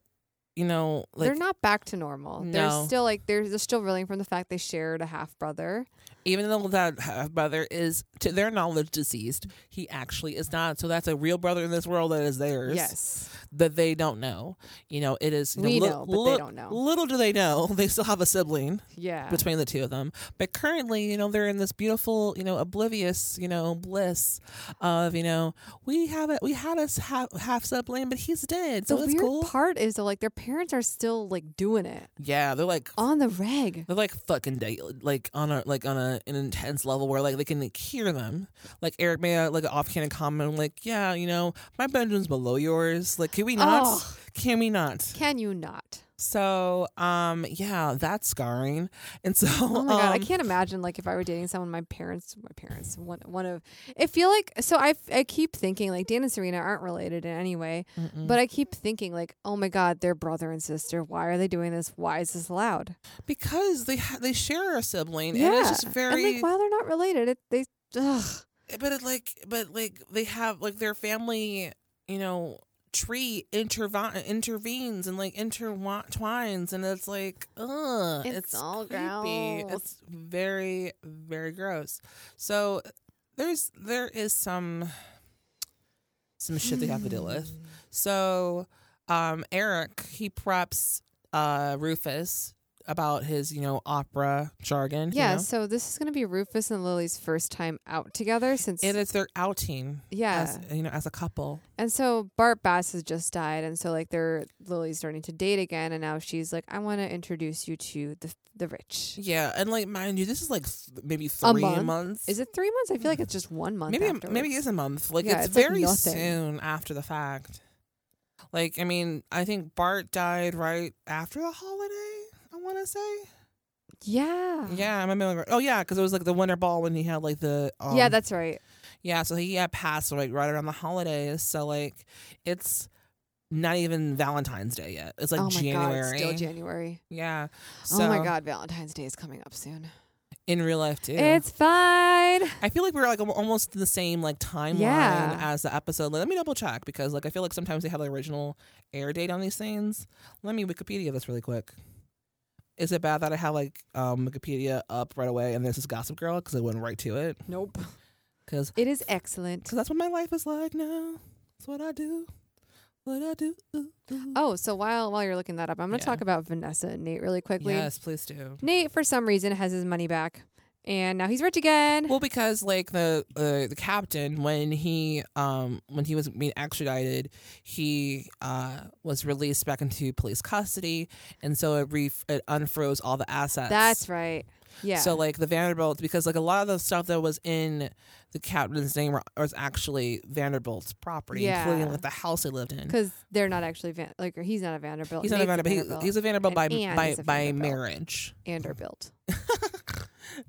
Speaker 2: you know, like
Speaker 1: they're not back to normal. They're
Speaker 2: No.
Speaker 1: still like they're, they're still reeling from the fact they shared a half brother.
Speaker 2: even though that half brother is to their knowledge deceased, he actually is not. So that's a real brother in this world that is theirs.
Speaker 1: Yes.
Speaker 2: that they don't know. You know, it is. You
Speaker 1: We
Speaker 2: lit-
Speaker 1: know, but they
Speaker 2: lit-
Speaker 1: don't know.
Speaker 2: Little do they know, *laughs* they still have a sibling
Speaker 1: Yeah.
Speaker 2: between the two of them. But currently, you know, they're in this beautiful, you know, oblivious, you know, bliss of, you know, we have it. We had us half half sibling, but he's dead,
Speaker 1: the
Speaker 2: so it's
Speaker 1: weird
Speaker 2: cool.
Speaker 1: part is though, like their parents are still like doing it
Speaker 2: yeah, they're like.
Speaker 1: on the reg.
Speaker 2: They're like fucking day, like on a like on a an intense level where like they can like, hear them. Like Eric made a, like an offhand comment, like, "Yeah, you know, my bedroom's below yours. Like, can we not?
Speaker 1: Oh.
Speaker 2: Can we not?
Speaker 1: Can you not?
Speaker 2: So, um, yeah, that's scarring. And so,
Speaker 1: Oh my god, I
Speaker 2: um,
Speaker 1: can't imagine like if I were dating someone, my parents, my parents, one one of. I feel like so I I keep thinking like Dan and Serena aren't related in any way, but I keep thinking like oh my god, they're brother and sister. Why are they doing this? Why is this allowed?
Speaker 2: because they ha- they share a sibling, and it's just very.
Speaker 1: And like while they're not related, it, they ugh.
Speaker 2: Eh, but it like, but like they have like their family, you know, tree intervi- intervenes and like intertwines, and it's like, ugh,
Speaker 1: It's all
Speaker 2: creepy.
Speaker 1: gross.
Speaker 2: It's very very gross. So there's there is some some shit they have to deal
Speaker 1: Hmm.
Speaker 2: with. So um Eric, he preps uh Rufus about his, you know, opera jargon. you
Speaker 1: yeah,
Speaker 2: know?
Speaker 1: so this is going to be Rufus and Lily's first time out together since
Speaker 2: and it's their outing.
Speaker 1: Yeah.
Speaker 2: As, you know, as a couple.
Speaker 1: And so Bart Bass has just died, and so like they're Lily's starting to date again, and now she's like, I want to introduce you to the the rich.
Speaker 2: Yeah, and like mind you, this is like th- maybe
Speaker 1: A
Speaker 2: three
Speaker 1: month.
Speaker 2: months.
Speaker 1: Is it three months? I feel like it's just one month.
Speaker 2: maybe
Speaker 1: afterwards.
Speaker 2: maybe it's a month. Like
Speaker 1: Yeah,
Speaker 2: it's,
Speaker 1: it's, like,
Speaker 2: very
Speaker 1: nothing.
Speaker 2: soon after the fact. Like I mean, I think Bart died right after the holiday. I want to say.
Speaker 1: Yeah.
Speaker 2: Yeah, I'm remembering. Oh yeah, because it was like the winter ball when he had like the. Um,
Speaker 1: yeah, that's right.
Speaker 2: yeah. So he had passed like right around the holidays. So like, it's not even Valentine's Day yet. It's like
Speaker 1: oh my
Speaker 2: January.
Speaker 1: god, it's still January.
Speaker 2: Yeah.
Speaker 1: oh my
Speaker 2: so-
Speaker 1: god, Valentine's Day is coming up soon.
Speaker 2: in real life too.
Speaker 1: It's fine.
Speaker 2: I feel like we're like al- almost in the same like timeline
Speaker 1: Yeah.
Speaker 2: as the episode. Let me double check because like I feel like sometimes they have the original air date on these things. Let me Wikipedia this really quick. Is it bad that I have like um, Wikipedia up right away and this is Gossip Girl because I went right to it?
Speaker 1: Nope.
Speaker 2: Because
Speaker 1: It is excellent.
Speaker 2: that's what my life is like now. That's what I do. What I do. Ooh, ooh.
Speaker 1: Oh, so while while you're looking that up, I'm going to
Speaker 2: Yeah.
Speaker 1: talk about Vanessa and Nate really quickly.
Speaker 2: yes, please do.
Speaker 1: Nate, for some reason, has his money back, and now he's rich again.
Speaker 2: Well, because like the uh, the captain, when he um when he was being extradited, he uh was released back into police custody, and so it re it unfroze all the assets.
Speaker 1: That's right. Yeah.
Speaker 2: So like the Vanderbilt, because like a lot of the stuff that was in the captain's name were- was actually Vanderbilt's property, including
Speaker 1: Yeah.
Speaker 2: like the house they lived in.
Speaker 1: because they're not actually Van- like or he's not a Vanderbilt.
Speaker 2: He's not a
Speaker 1: Nate's
Speaker 2: Vanderbilt. He- He's a Vanderbilt by
Speaker 1: And Anne
Speaker 2: by,
Speaker 1: is a
Speaker 2: by
Speaker 1: Vanderbilt.
Speaker 2: marriage.
Speaker 1: Vanderbilt.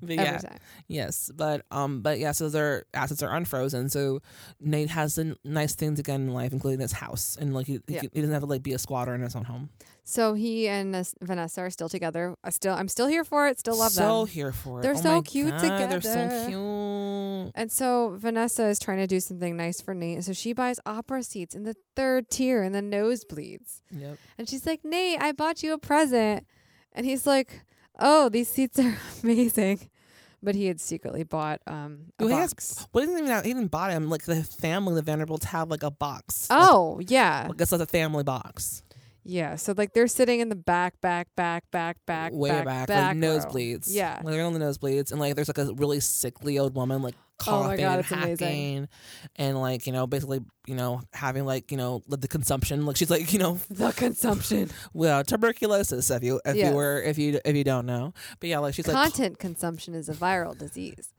Speaker 2: But
Speaker 1: Every
Speaker 2: yeah.
Speaker 1: time.
Speaker 2: Yes, but um, but yeah, so their assets are unfrozen. So Nate has the n- nice things again in life, including this house, and like he, he,
Speaker 1: Yeah.
Speaker 2: can- he doesn't have to like be a squatter in his own home.
Speaker 1: So he and uh, Vanessa are still together. I still, I'm still here for it. Still love
Speaker 2: so
Speaker 1: them.
Speaker 2: here for it.
Speaker 1: They're
Speaker 2: Oh
Speaker 1: so
Speaker 2: my
Speaker 1: cute
Speaker 2: God, They're so
Speaker 1: together.
Speaker 2: cute.
Speaker 1: And so Vanessa is trying to do something nice for Nate. So she buys opera seats in the third tier in the nosebleeds.
Speaker 2: Yep.
Speaker 1: And she's like, Nate, I bought you a present. And he's like, Oh, these seats are *laughs* amazing. But he had secretly bought um a
Speaker 2: Well, he has- *gasps*
Speaker 1: box.
Speaker 2: Well, he didn't even have, he didn't bought him. Like the family, the Vanderbilts have like a box.
Speaker 1: Oh, yeah.
Speaker 2: like, it's like a family box,
Speaker 1: Yeah. So like they're sitting in the back, back, back, back, back,
Speaker 2: way
Speaker 1: back,
Speaker 2: back,
Speaker 1: back
Speaker 2: like
Speaker 1: row.
Speaker 2: nosebleeds.
Speaker 1: Yeah.
Speaker 2: like, they're on the nosebleeds, and like there's like a really sickly old woman like
Speaker 1: Oh
Speaker 2: coughing,
Speaker 1: my God,
Speaker 2: and
Speaker 1: it's amazing.
Speaker 2: hacking, and like you know basically you know having like you know like, the consumption. Like she's like you know
Speaker 1: The consumption,
Speaker 2: *laughs* well tuberculosis if you if
Speaker 1: Yes.
Speaker 2: you were if you if you don't know but yeah like she's
Speaker 1: content consumption is a viral
Speaker 2: *laughs*
Speaker 1: disease.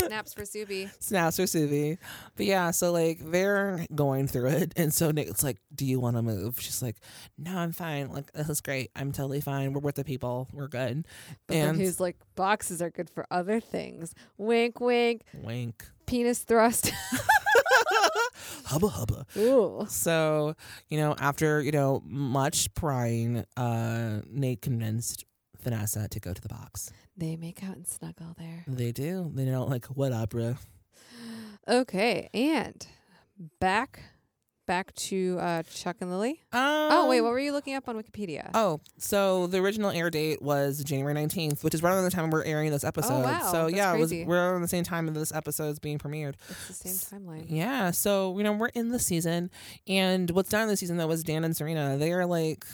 Speaker 1: Snaps for Subi.
Speaker 2: like snaps or Suvi. but yeah so like they're going through it and so Nate's like do you want to move she's like no I'm fine like this is great I'm totally fine we're with the people we're good
Speaker 1: But then
Speaker 2: and
Speaker 1: who's like boxes are good for other things. Wink, wink.
Speaker 2: wink
Speaker 1: Penis thrust. *laughs*
Speaker 2: hubba hubba
Speaker 1: Ooh.
Speaker 2: so you know after you know much prying uh Nate convinced Vanessa to go to the box
Speaker 1: They make out and snuggle there.
Speaker 2: they do they don't like what opera
Speaker 1: Okay, and back, back to uh, Chuck and Lily. oh wait,
Speaker 2: Um,
Speaker 1: what were you looking up on Wikipedia?
Speaker 2: Oh, so the original air date was January 19th, which is right around the time we're airing this
Speaker 1: Oh,
Speaker 2: episode.
Speaker 1: wow.
Speaker 2: So
Speaker 1: That's
Speaker 2: yeah, it was
Speaker 1: crazy.
Speaker 2: we're around the same time this episode is being premiered.
Speaker 1: it's the same timeline.
Speaker 2: Yeah, so you know, we're in the season and what's not in the season though was Dan and Serena. They are like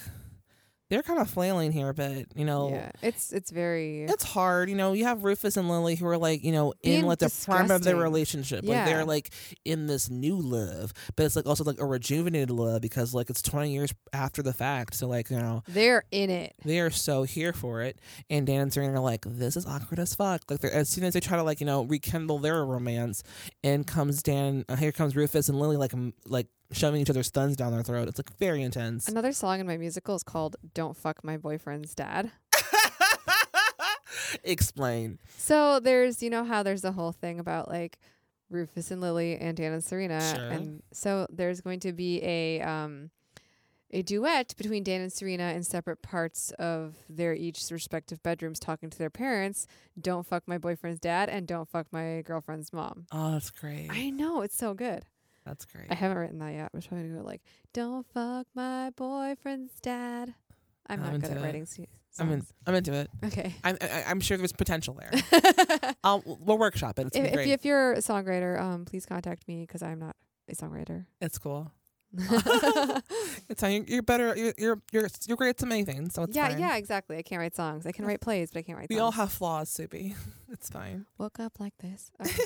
Speaker 2: they're kind of flailing here, but you know,
Speaker 1: Yeah, it's it's very
Speaker 2: it's hard. You know, you have Rufus and Lily who are like, you know, in
Speaker 1: Being
Speaker 2: like the prime of their
Speaker 1: disgusting.
Speaker 2: relationship. Like
Speaker 1: Yeah.
Speaker 2: they're like in this new love, but it's like also like a rejuvenated love because like it's 20 years after the fact. So like, you know,
Speaker 1: they're in it.
Speaker 2: they are so here for it. And Dan and Serena are like, this is awkward as fuck. Like, they're- as soon as they try to like you know rekindle their romance, in comes Dan. Uh, here comes Rufus and Lily, like m- like shoving each other's thumbs down their throat. It's like very intense.
Speaker 1: Another song in my musical is called "Don't Fuck My Boyfriend's Dad."
Speaker 2: Explain.
Speaker 1: So there's you know how there's the whole thing about like Rufus and Lily and Dan and Serena,
Speaker 2: Sure.
Speaker 1: and so there's going to be a um a duet between Dan and Serena in separate parts of their each respective bedrooms talking to their parents. Don't fuck my boyfriend's dad and don't fuck my girlfriend's mom.
Speaker 2: Oh, that's great.
Speaker 1: I know it's so good.
Speaker 2: That's great.
Speaker 1: I haven't written that yet. I'm trying to go like, don't fuck my boyfriend's dad. I'm
Speaker 2: I'm
Speaker 1: not good
Speaker 2: into
Speaker 1: at
Speaker 2: it.
Speaker 1: writing se-
Speaker 2: I'm in, I'm into it.
Speaker 1: Okay.
Speaker 2: I'm I, I'm sure there's potential
Speaker 1: *laughs*
Speaker 2: there. *laughs* I'll, we'll workshop it. It's gonna
Speaker 1: If,
Speaker 2: be
Speaker 1: if,
Speaker 2: great.
Speaker 1: if you're a songwriter, um, please contact me because I'm not a *laughs* songwriter.
Speaker 2: it's cool. it's fine. You're, you're better. You're you're you're, you're great at so many things. So
Speaker 1: *laughs*
Speaker 2: it's
Speaker 1: yeah,
Speaker 2: fine.
Speaker 1: yeah, exactly. I can't write songs. I can write plays, but I can't write.
Speaker 2: We
Speaker 1: songs.
Speaker 2: all have flaws, Subi. *laughs* It's fine.
Speaker 1: woke up like this. *laughs*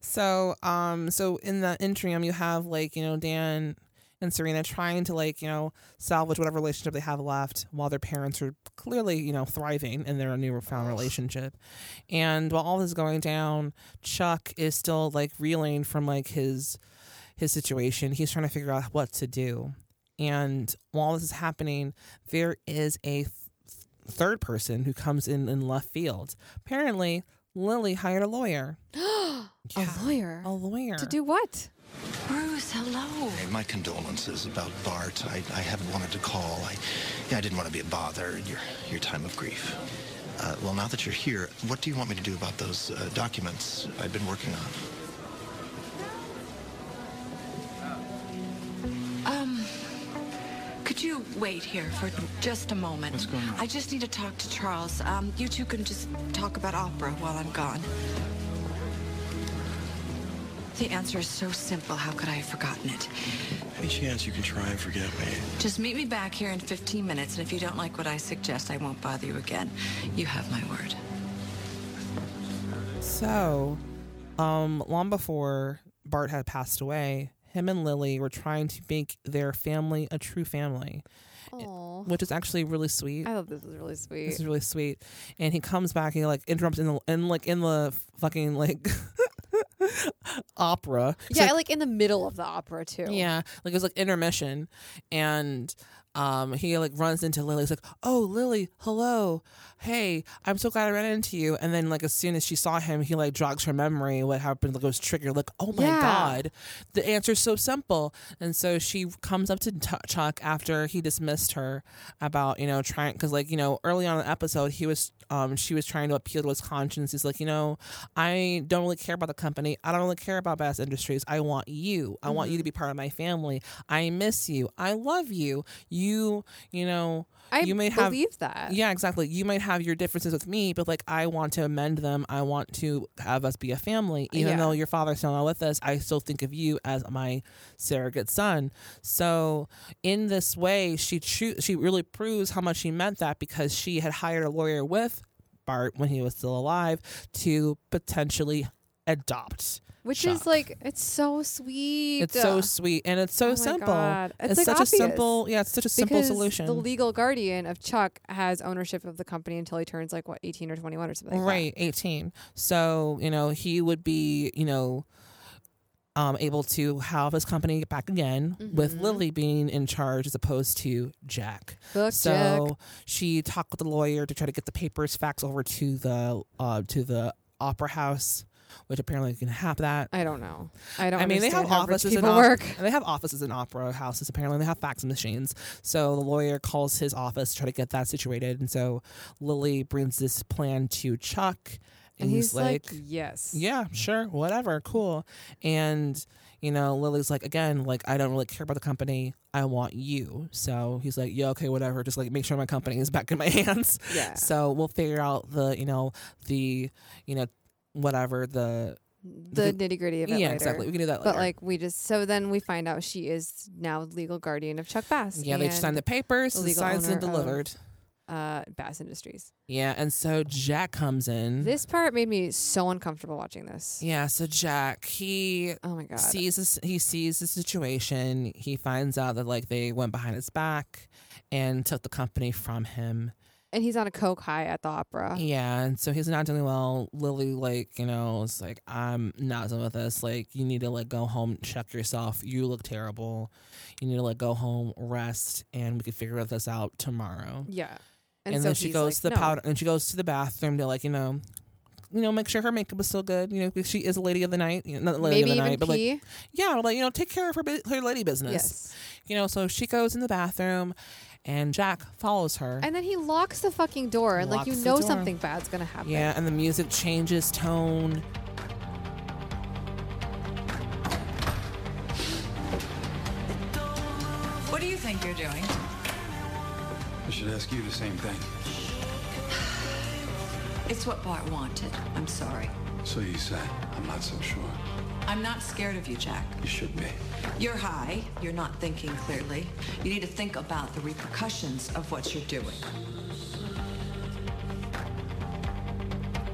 Speaker 2: So, um, so in the interim, you have like you know Dan and Serena trying to like you know salvage whatever relationship they have left, while their parents are clearly you know thriving in their newfound relationship. And while all this is going down, Chuck is still like reeling from like his his situation. He's trying to figure out what to do. And while this is happening, there is a th- third person who comes in in left field. Apparently, Lily hired a lawyer.
Speaker 1: A lawyer.
Speaker 2: A lawyer.
Speaker 1: To do what?
Speaker 4: Bruce, hello.
Speaker 11: Hey, my condolences about Bart. I, I haven't wanted to call. I, yeah, I didn't want to be a bother in your, your time of grief. Uh, well, now that you're here, what do you want me to do about those uh, documents I've been working on?
Speaker 4: Um, could you wait here for just a moment? What's going on? I just need to talk to Charles. Um, you two can just talk about opera while I'm gone. The answer is so simple. How could I have forgotten it?
Speaker 11: Any chance you can try and forget me?
Speaker 4: Just meet me back here in 15 minutes, and if you don't like what I suggest, I won't bother you again. You have my word.
Speaker 2: So, um, long before Bart had passed away, him and Lily were trying to make their family a true family,
Speaker 1: Aw.
Speaker 2: which is actually really sweet.
Speaker 1: I thought this was really sweet.
Speaker 2: This is really sweet. And he comes back and he like interrupts in the in like in the fucking like *laughs* opera. He's
Speaker 1: yeah, like, in the middle of the opera too.
Speaker 2: Yeah, like it was like intermission, and um, he like runs into Lily. He's like, "Oh, Lily, hello, hey, I'm so glad I ran into you." And then like as soon as she saw him, he like jogs her memory what happened. Like it was triggered. Like, oh my
Speaker 1: Yeah.
Speaker 2: god, the answer's so simple. And so she comes up to t- Chuck after he dismissed her about you know trying because like you know early on in the episode he was um she was trying to appeal to his conscience. He's like, you know, I don't really care about the company. I don't really care about Bass Industries. I want you. I want you to be part of my family. I miss you. I love you. You, you know,
Speaker 1: I
Speaker 2: you may
Speaker 1: believe
Speaker 2: have,
Speaker 1: that.
Speaker 2: Yeah, exactly. You might have your differences with me, but like I want to amend them. I want to have us be a family. Even
Speaker 1: Yeah.
Speaker 2: though your father's still not with us, I still think of you as my surrogate son. So in this way, she cho- she really proves how much she meant that because she had hired a lawyer with Bart when he was still alive to potentially adopt.
Speaker 1: Which
Speaker 2: Chuck.
Speaker 1: is like it's so sweet.
Speaker 2: It's so sweet and it's so
Speaker 1: Oh my
Speaker 2: simple.
Speaker 1: God.
Speaker 2: It's,
Speaker 1: like,
Speaker 2: such
Speaker 1: obvious.
Speaker 2: a simple, yeah, it's such a simple
Speaker 1: Because
Speaker 2: solution.
Speaker 1: The legal guardian of Chuck has ownership of the company until he turns like what eighteen or twenty one or something. Like
Speaker 2: right, 18. So, you know, he would be, you know, um, able to have his company back again with Lily being in charge as opposed to Jack.
Speaker 1: Fuck
Speaker 2: so she talked with the lawyer to try to get the papers faxed over to the uh, to the opera house, which apparently can have that.
Speaker 1: I don't know. I don't.
Speaker 2: I mean, they have
Speaker 1: understand how rich
Speaker 2: offices in
Speaker 1: people
Speaker 2: op-
Speaker 1: work.
Speaker 2: and they have offices in opera houses. Apparently, and they have fax machines. So the lawyer calls his office to try to get that situated, and so Lily brings this plan to Chuck, and,
Speaker 1: And
Speaker 2: he's,
Speaker 1: he's
Speaker 2: like,
Speaker 1: like, "Yes."
Speaker 2: yeah, sure, whatever, cool." And you know, Lily's like, "Again, like I don't really care about the company. I want you." So he's like, "Yeah, okay, whatever. Just like make sure my company is back in my *laughs* hands."
Speaker 1: Yeah.
Speaker 2: So we'll figure out the you know the you know whatever the
Speaker 1: The nitty gritty of it.
Speaker 2: Yeah,
Speaker 1: later.
Speaker 2: exactly. We can do that
Speaker 1: But
Speaker 2: later.
Speaker 1: like we just so then we find out she is now legal guardian of Chuck Bass.
Speaker 2: Yeah, they
Speaker 1: and
Speaker 2: signed the papers,
Speaker 1: the
Speaker 2: the
Speaker 1: legal
Speaker 2: signs and
Speaker 1: owner of,
Speaker 2: delivered.
Speaker 1: uh, Bass Industries.
Speaker 2: Yeah, and so Jack comes in.
Speaker 1: This part made me so uncomfortable watching this.
Speaker 2: Mm-hmm. yeah, so Jack he
Speaker 1: oh my God.
Speaker 2: sees this he sees the situation. He finds out that like they went behind his back and took the company from him.
Speaker 1: And he's on a coke high at the opera.
Speaker 2: Yeah, and so he's not doing well. Lily, like, you know, is like, I'm not done with this. Like, you need to like go home, check yourself. You look terrible. You need to like go home, rest, and we can figure this out tomorrow.
Speaker 1: Yeah.
Speaker 2: And,
Speaker 1: And
Speaker 2: then
Speaker 1: so
Speaker 2: she
Speaker 1: he's
Speaker 2: goes
Speaker 1: like,
Speaker 2: to the
Speaker 1: "No."
Speaker 2: powder and she goes to the bathroom to like, you know, you know, make sure her makeup is still good. You know, 'cause she is a lady of the night. You know, not lady
Speaker 1: Maybe
Speaker 2: of the
Speaker 1: even
Speaker 2: night, but like,
Speaker 1: pee.
Speaker 2: yeah, like you know, take care of her bu- her lady business.
Speaker 1: Yes.
Speaker 2: You know, so she goes in the bathroom, and Jack follows her.
Speaker 1: And then he locks the fucking door, and like you
Speaker 2: Locks the
Speaker 1: know
Speaker 2: door.
Speaker 1: something bad's gonna happen.
Speaker 2: Yeah, and the music changes tone.
Speaker 4: What do you think you're doing?
Speaker 12: I should ask you the same thing.
Speaker 4: It's what Bart wanted. I'm sorry.
Speaker 12: So you say. I'm not so sure.
Speaker 4: I'm not scared of you, Jack.
Speaker 12: You should be.
Speaker 4: You're high. You're not thinking clearly. You need to think about the repercussions of what you're doing.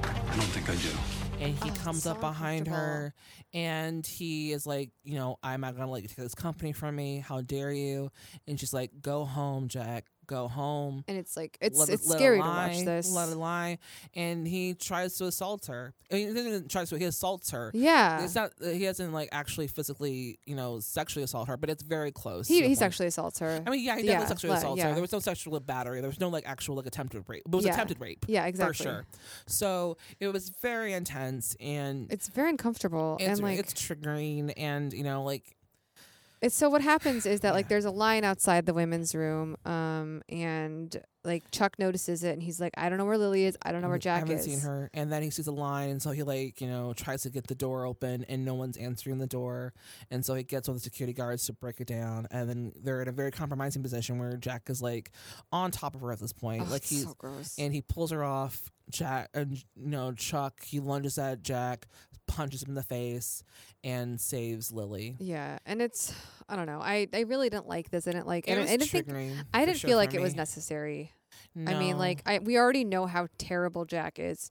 Speaker 12: I don't think I do.
Speaker 2: and
Speaker 1: Oh,
Speaker 2: he comes up behind her and he is like, you know, I'm not gonna let you take this company from me. How dare you? And she's like, go home, Jack. Go home.
Speaker 1: And it's like- it's-
Speaker 2: Let it-
Speaker 1: it's
Speaker 2: let it
Speaker 1: scary to watch
Speaker 2: lie,
Speaker 1: this.
Speaker 2: Let it lie. And he tries to assault her. I mean, he doesn't try to. He assaults her.
Speaker 1: Yeah.
Speaker 2: It's not. uh, He doesn't like actually physically, you know, sexually assault her, but it's very close.
Speaker 1: He
Speaker 2: to the
Speaker 1: he
Speaker 2: point.
Speaker 1: sexually assaults her.
Speaker 2: I mean, yeah, he
Speaker 1: did
Speaker 2: definitely sexually assaulted her. There was no sexual battery. There was no like actual like attempted rape. But it was
Speaker 1: Yeah.
Speaker 2: attempted rape.
Speaker 1: Yeah,
Speaker 2: For
Speaker 1: exactly.
Speaker 2: sure. So it was very intense and
Speaker 1: It's very uncomfortable
Speaker 2: it's,
Speaker 1: and like
Speaker 2: it's triggering and you know like
Speaker 1: It's so what happens is that like there's a line outside the women's room, um, and like Chuck notices it and he's like, I don't know where Lily is, I don't know where
Speaker 2: I
Speaker 1: Jack
Speaker 2: haven't
Speaker 1: is.
Speaker 2: seen her. And then he sees a line, and so he like you know tries to get the door open, and no one's answering the door. And so he gets one of the security guards to break it down, and then they're in a very compromising position where Jack is like on top of her at this point,
Speaker 1: Ugh,
Speaker 2: like
Speaker 1: it's
Speaker 2: he's
Speaker 1: so gross.
Speaker 2: and he pulls her off. Jack and you know Chuck, he lunges at Jack, punches him in the face, and saves Lily.
Speaker 1: Yeah, and it's I don't know. I I really didn't like this. I didn't like.
Speaker 2: It
Speaker 1: I, didn't- I
Speaker 2: was
Speaker 1: didn't think.
Speaker 2: triggering,
Speaker 1: I
Speaker 2: for
Speaker 1: didn't
Speaker 2: sure,
Speaker 1: feel
Speaker 2: for
Speaker 1: like it was
Speaker 2: me.
Speaker 1: necessary. I mean,
Speaker 2: No.
Speaker 1: like I we already know how terrible Jack is.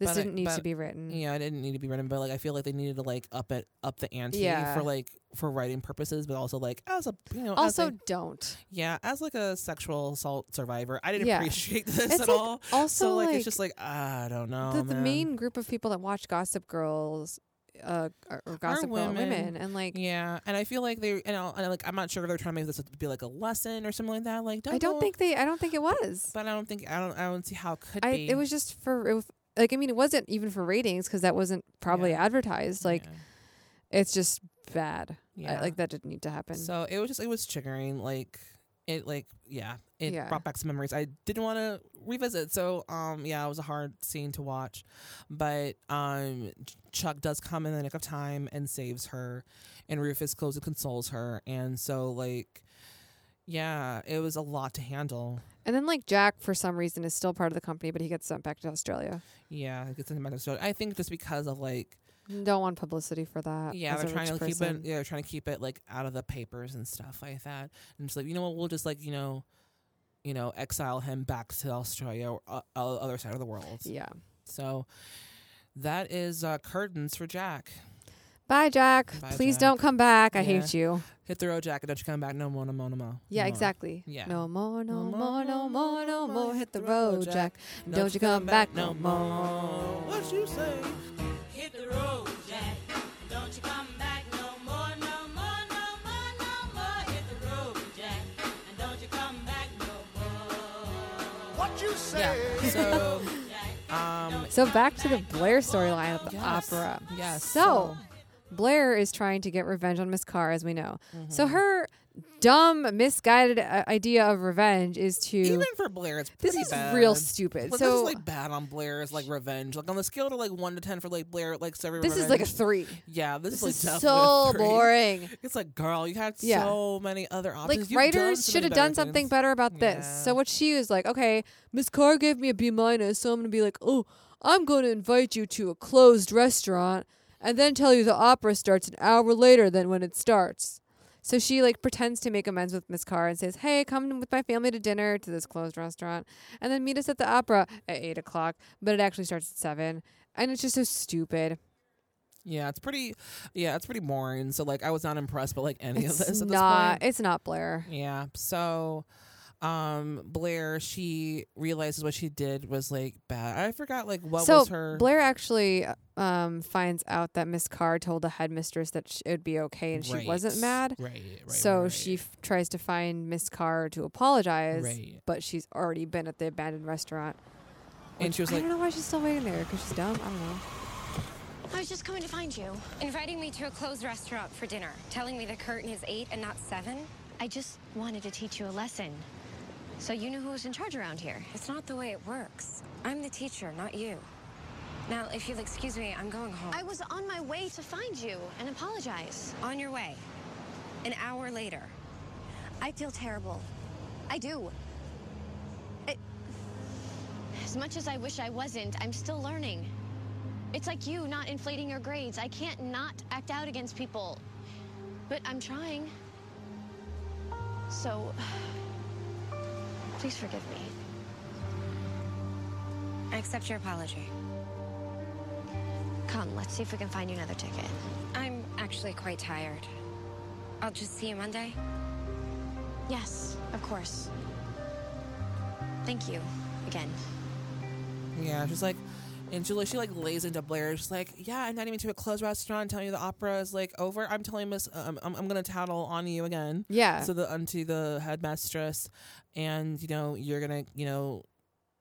Speaker 1: This
Speaker 2: But I-
Speaker 1: didn't need to
Speaker 2: but-
Speaker 1: be written.
Speaker 2: Yeah, it didn't need to be written, but like I feel like they needed to like up it up the ante
Speaker 1: Yeah.
Speaker 2: for like for writing purposes, but also like as a you know as
Speaker 1: also,
Speaker 2: a- *laughs*
Speaker 1: don't.
Speaker 2: yeah as like a sexual assault survivor, I didn't
Speaker 1: Yeah.
Speaker 2: appreciate *laughs* this
Speaker 1: It's,
Speaker 2: at
Speaker 1: like,
Speaker 2: all.
Speaker 1: also,
Speaker 2: so like,
Speaker 1: like,
Speaker 2: it's just like I don't know.
Speaker 1: the, the
Speaker 2: man.
Speaker 1: main group of people that watch Gossip Girls, uh, or, or Gossip
Speaker 2: are women.
Speaker 1: Girl women, and like
Speaker 2: yeah, and I feel like they you know and like I'm not sure if they're trying to make this be like a lesson or something like that. Like don't
Speaker 1: I don't
Speaker 2: go-
Speaker 1: think they. I don't think it was.
Speaker 2: but I don't think I don't I don't see how it could
Speaker 1: I,
Speaker 2: be.
Speaker 1: it was just for it was, like I mean it wasn't even for ratings because that wasn't probably advertised. Like it's just bad. Yeah,
Speaker 2: Yeah.
Speaker 1: like that didn't need to happen.
Speaker 2: So it was just it was triggering. Like it like yeah, it
Speaker 1: Yeah.
Speaker 2: brought back some memories I didn't want to revisit. So um yeah, it was a hard scene to watch, but um Ch- Chuck does come in the nick of time and saves her, and Rufus goes and consoles her, and so like yeah, it was a lot to handle.
Speaker 1: and then like Jack for some reason is still part of the company, but he gets sent back to Australia.
Speaker 2: Yeah, it gets into my episode. I think just because of like
Speaker 1: Don't want publicity for that.
Speaker 2: Yeah,
Speaker 1: as
Speaker 2: they're
Speaker 1: a
Speaker 2: trying to
Speaker 1: rich
Speaker 2: like, keep it.
Speaker 1: person.
Speaker 2: Yeah, they're trying to keep it like out of the papers and stuff like that. And it's like, you know what? We'll just like you know, you know, exile him back to Australia or uh, uh, other side of the world.
Speaker 1: Yeah.
Speaker 2: So that is uh, curtains for Jack.
Speaker 1: Bye, Jack.
Speaker 2: Bye,
Speaker 1: Please
Speaker 2: Jack.
Speaker 1: don't come back. I
Speaker 2: Yeah.
Speaker 1: hate you.
Speaker 2: Hit the road, Jack, and don't you come back no more, no more, no more.
Speaker 1: Yeah,
Speaker 2: no more.
Speaker 1: exactly.
Speaker 2: Yeah.
Speaker 1: No more, no, more, no more, no more. Hit the road, Jack.
Speaker 2: Don't
Speaker 1: Don't
Speaker 2: you
Speaker 1: you come back
Speaker 2: no
Speaker 1: no more.
Speaker 2: What you say?
Speaker 3: Hit the road, Jack. Don't you come back no more, no more, no more, no more. Hit the road, Jack. And don't you come back no more. What you say?
Speaker 2: Yeah. So, um,
Speaker 1: So back to the Blair storyline of the opera.
Speaker 2: Yes.
Speaker 1: So Blair is trying to get revenge on Miss Carr, as we know. So
Speaker 2: Mm-hmm.
Speaker 1: her dumb, misguided uh, idea of revenge is to
Speaker 2: even for Blair, it's
Speaker 1: This
Speaker 2: pretty
Speaker 1: is
Speaker 2: bad.
Speaker 1: real stupid.
Speaker 2: Like, this
Speaker 1: So-
Speaker 2: is like bad on Blair's like revenge. Like on the scale to like one to ten for like Blair, like every
Speaker 1: This is like a three.
Speaker 2: Yeah, this,
Speaker 1: This
Speaker 2: is like
Speaker 1: is
Speaker 2: definitely
Speaker 1: so
Speaker 2: a three.
Speaker 1: boring.
Speaker 2: It's like, girl, you had
Speaker 1: Yeah.
Speaker 2: so many other options.
Speaker 1: like writers should have done something better about this. So what she is like, okay, Miss Carr gave me a B minus, so I'm gonna be like, oh, I'm gonna invite you to a closed restaurant and then tell you the opera starts an hour later than when it starts. So she like pretends to make amends with Miss Carr and says, "Hey, come with my family to dinner to this closed restaurant, and then meet us at the opera at eight o'clock." But it actually starts at seven, and it's just so stupid.
Speaker 2: Yeah, it's pretty. Yeah, it's pretty boring. So like, I was not impressed by like any
Speaker 1: It's
Speaker 2: of this. At
Speaker 1: not.
Speaker 2: This point.
Speaker 1: It's not Blair.
Speaker 2: Yeah. So, um, Blair, she realizes what she did was like bad. I forgot like what
Speaker 1: so
Speaker 2: was her.
Speaker 1: Blair actually um, finds out that Miss Carr told the headmistress that sh- it'd be okay, and she
Speaker 2: Right,
Speaker 1: wasn't mad.
Speaker 2: right, right,
Speaker 1: So she f- tries to find Miss Carr to apologize,
Speaker 2: Right.
Speaker 1: but she's already been at the abandoned restaurant.
Speaker 2: And
Speaker 1: which
Speaker 2: she was
Speaker 1: I
Speaker 2: like-
Speaker 1: don't know why she's still waiting there because she's dumb. I don't know.
Speaker 9: I was just coming to find you. Inviting me to a closed restaurant for dinner, telling me the curtain is eight and not seven. I just wanted to teach you a lesson. So you knew who was in charge around here. It's not the way it works. I'm the teacher, not you. Now, if you'll excuse me, I'm going home. I was on my way to find you and apologize. On your way. An hour later. I feel terrible. I do. As much as I wish I wasn't, I'm still learning. It's like you not inflating your grades. I can't not act out against people. But I'm trying. So, *sighs* please forgive me. I accept your apology. Come, let's see if we can find you another ticket. I'm actually quite tired. I'll just see you Monday. Yes, of course. Thank you again.
Speaker 2: Yeah, she's like, and Julie, she like lays into Blair. She's like, yeah, I'm not even to a closed restaurant. Telling you the opera is like over. I'm telling Miss, um, I'm, I'm gonna tattle on you again.
Speaker 1: Yeah.
Speaker 2: So the onto the headmistress, and you know you're gonna you know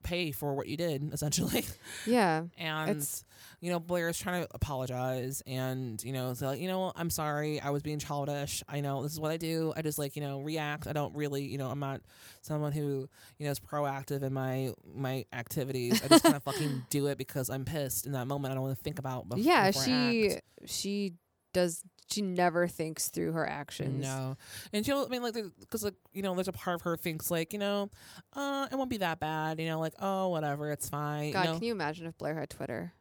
Speaker 2: pay for what you did essentially. *laughs*
Speaker 1: Yeah.
Speaker 2: and
Speaker 1: It's-
Speaker 2: you know Blair is trying to apologize, and you know so like, you know I'm sorry, I was being childish. I know this is what I do. I just like you know react. I don't really you know I'm not someone who you know is proactive in my my activities. I
Speaker 1: *laughs*
Speaker 2: just kind of fucking do it because I'm pissed in that moment. I don't want to think about. Before,
Speaker 1: yeah,
Speaker 2: before I
Speaker 1: she
Speaker 2: act.
Speaker 1: she does she never thinks through her actions.
Speaker 2: No, and she'll. I mean, like, because like you know, there's a part of her thinks like you know, uh, it won't be that bad. You know, like oh, whatever, it's fine.
Speaker 1: God,
Speaker 2: you know?
Speaker 1: can you imagine if Blair had Twitter?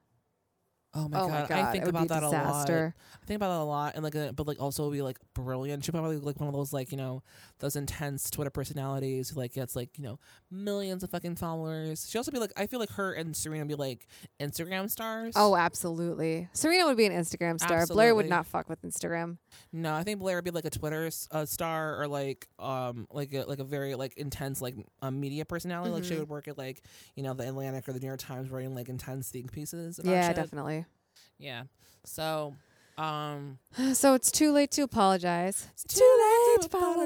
Speaker 2: Oh my, god. I think
Speaker 1: it would
Speaker 2: about
Speaker 1: be
Speaker 2: that
Speaker 1: a disaster.
Speaker 2: a lot. I think about that a lot, and like, uh, but like also be like brilliant. She probably like one of those like you know those intense Twitter personalities who like gets like you know millions of fucking followers. She also be like, I feel like her and Serena be like Instagram stars.
Speaker 1: Oh, absolutely. Serena would be an Instagram star. Blair would
Speaker 2: Absolutely.
Speaker 1: not fuck with Instagram.
Speaker 2: No, I think Blair would be like a Twitter s- uh, star or like um like a, like a very like intense like a media personality. Like she
Speaker 1: Mhm.
Speaker 2: would work at like you know the Atlantic or the New York Times writing like intense think pieces. About
Speaker 1: yeah,
Speaker 2: shit.
Speaker 1: definitely. *sighs*
Speaker 2: Yeah. So, um,
Speaker 1: So it's too late to apologize. It's too late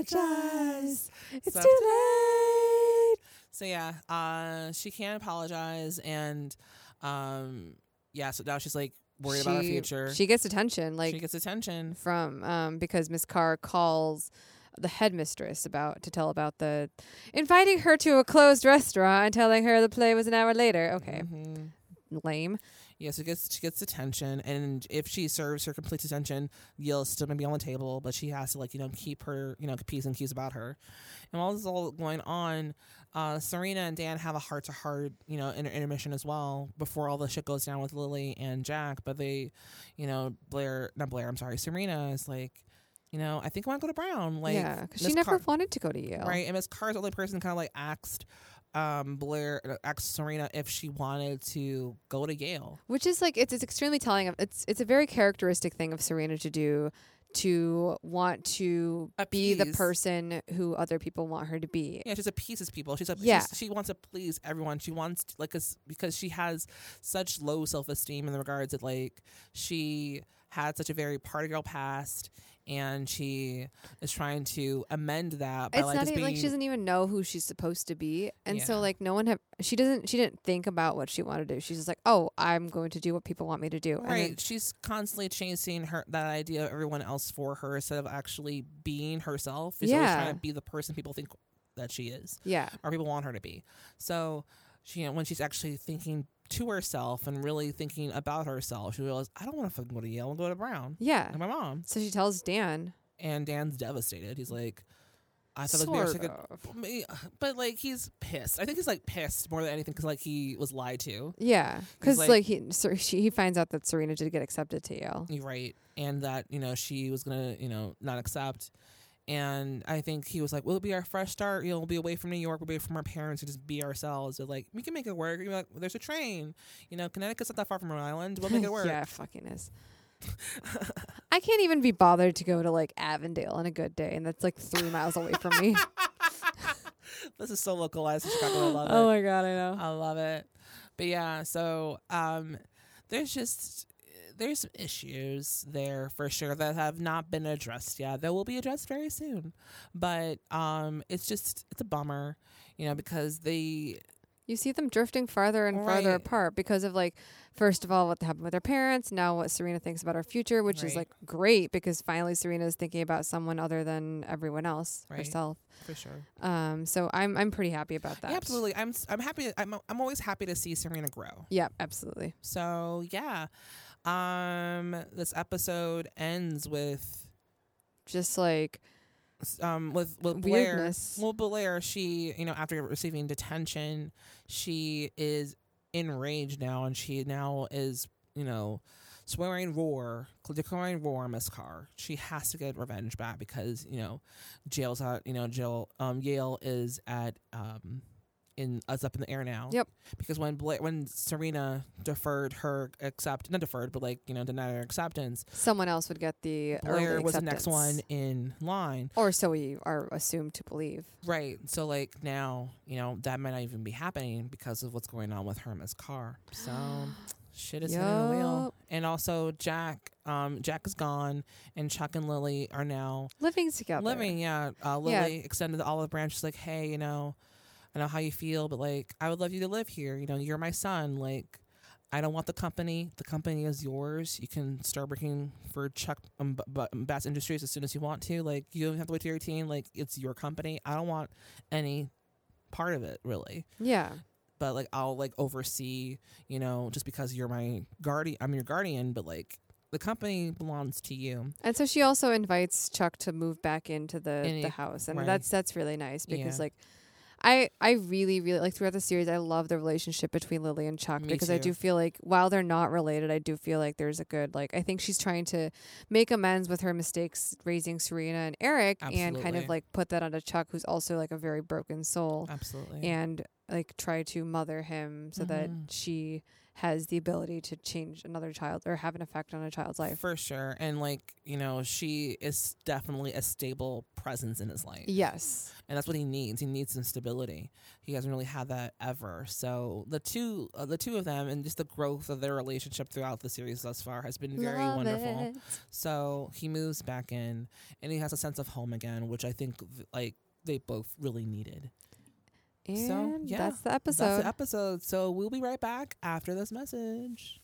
Speaker 1: to apologize. It's
Speaker 2: So-
Speaker 1: too late.
Speaker 2: so yeah, uh, she can apologize and, um, yeah. So now she's like worried about her
Speaker 1: She-
Speaker 2: future.
Speaker 1: She gets attention. Like
Speaker 2: she gets attention.
Speaker 1: from um, because Miss Carr calls the headmistress about to tell about the inviting her to a closed restaurant and telling her the play was an hour later. Okay,
Speaker 2: Mm-hmm.
Speaker 1: lame.
Speaker 2: Yeah, so she gets she gets detention, and if she serves her complete detention, Yale's still gonna be on the table, but she has to like you know keep her you know P's and Q's about her. And while this is all going on, uh, Serena and Dan have a heart to heart you know inter- intermission as well before all the shit goes down with Lily and Jack. But they, you know, Blair not Blair, I'm sorry, Serena is like. You know, I think I want to go to Brown. Like,
Speaker 1: Yeah, 'cause she
Speaker 2: Miss
Speaker 1: never
Speaker 2: Carr-
Speaker 1: wanted to go to Yale.
Speaker 2: right? And Miss Carr's the only person kind of like asked um, Blair, uh, asked Serena if she wanted to go to Yale.
Speaker 1: Which is like it's, it's extremely telling. of It's it's a very characteristic thing of Serena to do to want to be the
Speaker 2: Appease.
Speaker 1: person who other people want her to be.
Speaker 2: Yeah, she's a pieces people. She's a
Speaker 1: Yeah.
Speaker 2: she's, she wants to please everyone. She wants to, like 'cause- because she has such low self esteem in the regards that like she had such a very party girl past, and she is trying to amend that by
Speaker 1: it's
Speaker 2: like
Speaker 1: not
Speaker 2: just
Speaker 1: even
Speaker 2: being
Speaker 1: like she doesn't even know who she's supposed to be, and
Speaker 2: Yeah.
Speaker 1: so like no one have she doesn't she didn't think about what she wanted to do. She's just like, oh, I'm going to do what people want me to do. And then-
Speaker 2: Right, she's constantly chasing her that idea of everyone else for her instead of actually being herself. She's always
Speaker 1: Yeah.
Speaker 2: trying to be the person people think that she is.
Speaker 1: Yeah.
Speaker 2: or people want her to be. So, she, you know, when she's actually thinking to herself and really thinking about herself, she realized I don't want to fucking go to Yale and go to Brown.
Speaker 1: Yeah.
Speaker 2: like my mom.
Speaker 1: So she tells Dan,
Speaker 2: and Dan's devastated. He's like, I thought it was
Speaker 1: Sort
Speaker 2: gonna be our second- Me- but like he's pissed. I think he's like pissed more than anything because like he was lied to.
Speaker 1: yeah,
Speaker 2: He's
Speaker 1: because like, he so she, he finds out that Serena did get accepted to Yale.
Speaker 2: You're right. And that, you know, she was going to, you know, not accept. And I think he was like, we'll be our fresh start. You know, we'll be away from New York. We'll be away from our parents and just be ourselves. But like, we can make it work. You're like, there's a train. You know, Connecticut's not that far from Rhode Island. We'll make it
Speaker 1: *laughs*
Speaker 2: work.
Speaker 1: yeah, it fucking *laughs* is. I can't even be bothered to go to like Avondale on a good day, and that's like three miles away from me.
Speaker 2: This is so localized in Chicago. I love it.
Speaker 1: *laughs* Oh my God, I know.
Speaker 2: I love it. But yeah, so um, there's just there's some issues there for sure that have not been addressed yet. That will be addressed very soon. But um, it's just it's a bummer, you know, because they
Speaker 1: You see them drifting farther and farther
Speaker 2: Right.
Speaker 1: apart because of like, first of all, what happened with her parents. Now, what Serena thinks about her future, which is
Speaker 2: Right.
Speaker 1: like great because finally Serena is thinking about someone other than everyone else
Speaker 2: Right.
Speaker 1: herself.
Speaker 2: For sure.
Speaker 1: Um. So I'm I'm pretty happy about that.
Speaker 2: Yeah, absolutely. I'm s- I'm happy. I'm I'm always happy to see Serena grow.
Speaker 1: Yeah, absolutely.
Speaker 2: So yeah, um, this episode ends with
Speaker 1: Just like
Speaker 2: um, with with Blair,
Speaker 1: Weirdness.
Speaker 2: well, Blair, she you know after receiving detention, she is enraged now, and she now is you know swearing war, declaring war on Miss Carr. She has to get revenge back because you know jail's out. You know jail. Um, Yale is at um. In us up in the air now.
Speaker 1: Yep.
Speaker 2: Because when Bla- when Serena deferred her accept not deferred but like you know denied her acceptance,
Speaker 1: Someone else would get the
Speaker 2: Blair
Speaker 1: early
Speaker 2: was the next
Speaker 1: acceptance.
Speaker 2: one in line.
Speaker 1: or so we are assumed to believe.
Speaker 2: Right. So like now, you know, that might not even be happening because of what's going on with Herma's car. So shit is hitting the wheel.
Speaker 1: Yup.
Speaker 2: And also Jack, um, Jack is gone and Chuck and Lily are now
Speaker 1: Living together.
Speaker 2: living, yeah. Uh,
Speaker 1: Yeah.
Speaker 2: Lily extended the olive branch. She's like, Hey, you know, I know how you feel, but like I would love you to live here. You know, you're my son, like I don't want the company. The company is yours. You can start working for Chuck um, B- B- Bass Industries as soon as you want to. Like you don't have to wait till you're 18. Like it's your company. I don't want any part of it really.
Speaker 1: Yeah.
Speaker 2: But like I'll like oversee. You know, just because you're my guardian, I'm your guardian. But like the company belongs to you.
Speaker 1: And so she also invites Chuck to move back into the,
Speaker 2: Any-
Speaker 1: the house. And
Speaker 2: right.
Speaker 1: that's that's really nice because
Speaker 2: Yeah.
Speaker 1: like I I really, really like throughout the series I love the relationship between Lily and Chuck
Speaker 2: Me
Speaker 1: because I
Speaker 2: too.
Speaker 1: do feel like while they're not related, I do feel like there's a good like I think she's trying to make amends with her mistakes raising Serena and Eric and kind
Speaker 2: Absolutely.
Speaker 1: of like put that onto Chuck who's also like a very broken soul.
Speaker 2: Absolutely.
Speaker 1: And like try to mother him so that
Speaker 2: Mhm.
Speaker 1: she has the ability to change another child or have an effect on a child's life.
Speaker 2: For sure. And like, you know, she is definitely a stable presence in his life.
Speaker 1: Yes.
Speaker 2: And that's what he needs. He needs some stability. He hasn't really had that ever. So the two uh, the two of them and just the growth of their relationship throughout the series thus far has been very
Speaker 1: Love
Speaker 2: wonderful.
Speaker 1: it.
Speaker 2: So he moves back in and he has a sense of home again, which I think like they both really needed.
Speaker 1: And
Speaker 2: so yeah,
Speaker 1: that's the episode.
Speaker 2: That's the episode. So we'll be right back after this message.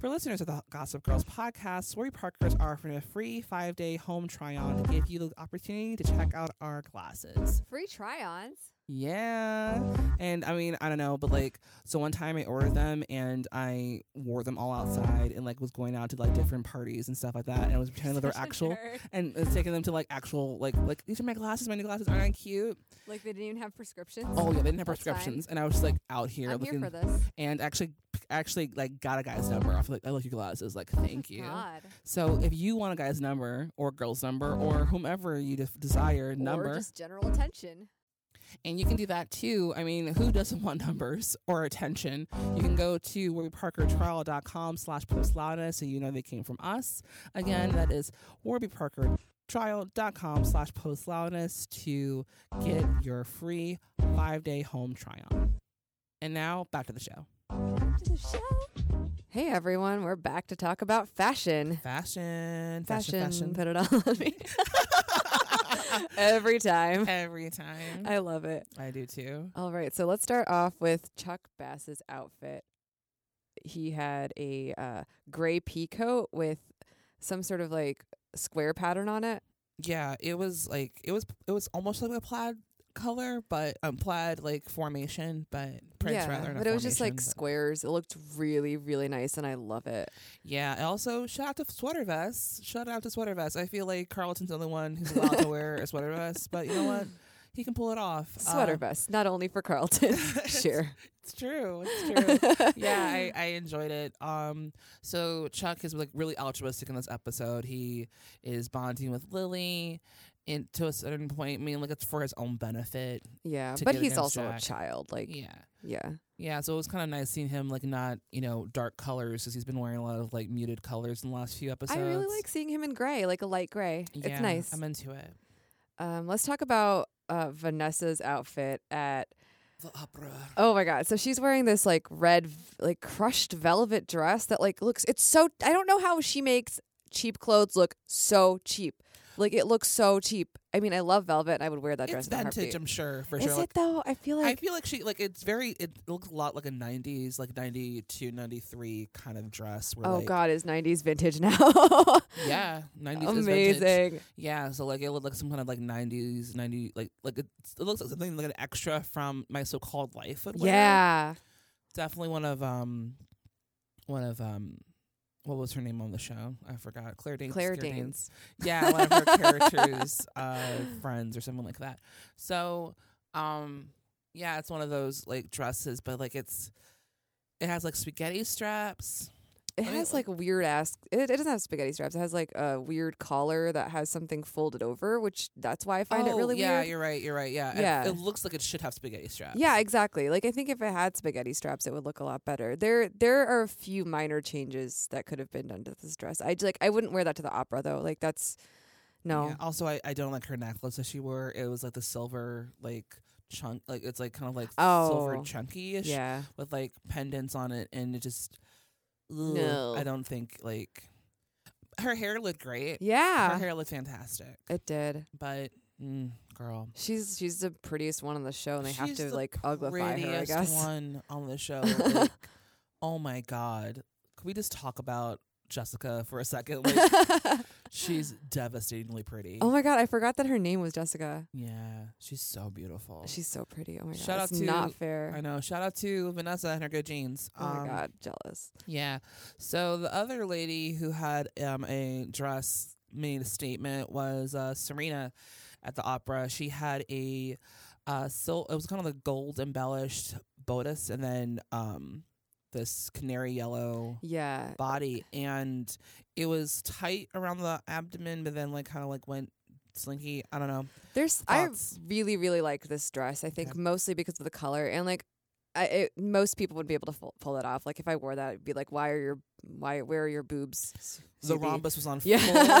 Speaker 2: For listeners of the Gossip Girls podcast, Warby Parkers are offering a free five day home try on to give you the opportunity to check out our glasses.
Speaker 1: Free try *laughs* ons.
Speaker 2: Yeah. And I mean, I don't know, but like, so one time I ordered them and I wore them all outside and like was going out to like different parties and stuff like that. And I was pretending that they were
Speaker 1: Such a
Speaker 2: actual
Speaker 1: nerd.
Speaker 2: and was taking them to like actual, like, like, these are my glasses, my new glasses, aren't I cute?
Speaker 1: *laughs* Like they didn't even have prescriptions.
Speaker 2: Oh yeah, they didn't have
Speaker 1: That's fine.
Speaker 2: prescriptions, and I was just like out here
Speaker 1: I'm here
Speaker 2: looking
Speaker 1: for this.
Speaker 2: and actually, actually like got a guy's number off. Like I like your glasses. Like thank you.
Speaker 1: God.
Speaker 2: So if you want a guy's number or girl's number or whomever you de- desire
Speaker 1: Or
Speaker 2: number,
Speaker 1: just general attention.
Speaker 2: and you can do that too. I mean, who doesn't want numbers or attention? You can go to warbyparkertrial.com slash postloudness so you know they came from us. Again, that is warbyparkertrial.com slash postloudness to get your free five-day home try-on. And now, back to the show.
Speaker 1: Hey everyone, we're back to talk about fashion.
Speaker 2: Fashion,
Speaker 1: Fashion,
Speaker 2: fashion, fashion.
Speaker 1: put it on me. Every time.
Speaker 2: *laughs*
Speaker 1: *laughs*
Speaker 2: Every time.
Speaker 1: I love it.
Speaker 2: I do too.
Speaker 1: All right, so let's start off with Chuck Bass's outfit. He had a uh, gray pea coat with some sort of like square pattern on it.
Speaker 2: Yeah, it was like it was it was almost like a plaid color, but um plaid like formation, but prints
Speaker 1: yeah,
Speaker 2: rather. not
Speaker 1: but it was just like
Speaker 2: formation,
Speaker 1: squares. It looked really, really nice, and I love it.
Speaker 2: but- yeah. and Also, shout out to sweater vests. Shout out to sweater vests. I feel like Carlton's the only one who's allowed to wear a sweater vest, but you know what? He can pull it off.
Speaker 1: *laughs* Sweater
Speaker 2: Um,
Speaker 1: vest, not only for
Speaker 2: *laughs*
Speaker 1: Carlton. *laughs* sure.
Speaker 2: It's true. It's true.
Speaker 1: *laughs*
Speaker 2: yeah, I, I enjoyed it. Um, so Chuck is like really altruistic in this episode. He is bonding with Lily, and to a certain point, I mean, like it's for his own benefit.
Speaker 1: Yeah,
Speaker 2: to
Speaker 1: but
Speaker 2: get
Speaker 1: he's
Speaker 2: against
Speaker 1: also a
Speaker 2: Jack.
Speaker 1: child. Like,
Speaker 2: Yeah.
Speaker 1: yeah.
Speaker 2: Yeah, so it was kind of nice seeing him like not, you know, dark colors because he's been wearing a lot of like muted colors in the last few episodes.
Speaker 1: I really like seeing him in gray, like a light gray.
Speaker 2: Yeah,
Speaker 1: it's nice.
Speaker 2: I'm into it.
Speaker 1: um, let's talk about uh, Vanessa's outfit at.
Speaker 2: The opera.
Speaker 1: Oh my god! So she's wearing this like red, v- like crushed velvet dress that like looks. It's so I don't know how she makes cheap clothes look so cheap. Like it looks so cheap. I mean, I love velvet. and I would wear that dress.
Speaker 2: It's
Speaker 1: in a
Speaker 2: vintage,
Speaker 1: heartbeat.
Speaker 2: I'm sure for
Speaker 1: Is
Speaker 2: sure.
Speaker 1: it
Speaker 2: Like,
Speaker 1: though? I feel
Speaker 2: I
Speaker 1: like
Speaker 2: feel like she like it's very it looks a lot like a 90s like 92 93 kind of dress where
Speaker 1: oh
Speaker 2: like
Speaker 1: god, is '90s vintage now?
Speaker 2: Yeah, *laughs* nineties.
Speaker 1: Amazing.
Speaker 2: Yeah, so like it looked like some kind of like nineties, ninety like like it, it looks like something like an extra from my so-called life. would wear.
Speaker 1: yeah.
Speaker 2: definitely one of um, one of um, what was her name on the show? I forgot. Claire Danes.
Speaker 1: Claire Danes.
Speaker 2: Yeah, one of her
Speaker 1: *laughs*
Speaker 2: characters, uh, friends or someone like that. So, um, yeah, it's one of those like dresses, but like it's it has like spaghetti straps.
Speaker 1: It has like weird ass. It, it doesn't have spaghetti straps. It has like a weird collar that has something folded over, which that's why I find it
Speaker 2: Oh,
Speaker 1: really
Speaker 2: Yeah,
Speaker 1: weird.
Speaker 2: you're right. You're right. Yeah, It-
Speaker 1: Yeah.
Speaker 2: It, looks like it should have spaghetti straps.
Speaker 1: Yeah, exactly. Like I think if it had spaghetti straps, it would look a lot better. There, there are a few minor changes that could have been done to this dress. I like, I wouldn't wear that to the opera though. Like that's no.
Speaker 2: Yeah. Also, I, I don't like her necklace that she wore. It was like the silver like chunk, like it's like kind of like silver
Speaker 1: Oh,
Speaker 2: chunky ish.
Speaker 1: yeah.
Speaker 2: With like pendants on it, and it just ugh,
Speaker 1: No.
Speaker 2: I don't think like her hair looked great.
Speaker 1: Yeah.
Speaker 2: her hair looked fantastic.
Speaker 1: It did,
Speaker 2: but mm, girl,
Speaker 1: she's she's the prettiest one on the show, and they have
Speaker 2: She's
Speaker 1: to
Speaker 2: the
Speaker 1: like uglify her. I
Speaker 2: prettiest
Speaker 1: guess.
Speaker 2: one on
Speaker 1: *laughs*
Speaker 2: the show. like, oh my god, can we just talk about Jessica for a second?
Speaker 1: *laughs*
Speaker 2: Like, she's devastatingly pretty.
Speaker 1: Oh my god, I forgot that her name was Jessica.
Speaker 2: Yeah, she's so beautiful.
Speaker 1: She's so pretty. Oh my god,
Speaker 2: Shout out
Speaker 1: it's
Speaker 2: to
Speaker 1: not fair.
Speaker 2: I know. Shout out to Vanessa and her good jeans.
Speaker 1: Oh my
Speaker 2: Um,
Speaker 1: god, jealous.
Speaker 2: Yeah. So the other lady who had um, a dress made a statement was uh, Serena at the opera. She had a uh, sil- it was kind of a gold embellished bodice and then um, this canary yellow
Speaker 1: Yeah.
Speaker 2: body and it was tight around the abdomen but then like kind of like went slinky. I don't know.
Speaker 1: There's
Speaker 2: Thoughts?
Speaker 1: I really really like this dress. I think mostly because of the color and like I, it, most people would be able to fu- pull it off. Like if I wore that, it'd be like, why are your why where are your boobs? s-
Speaker 2: The
Speaker 1: Subi?
Speaker 2: rhombus was on
Speaker 1: Yeah,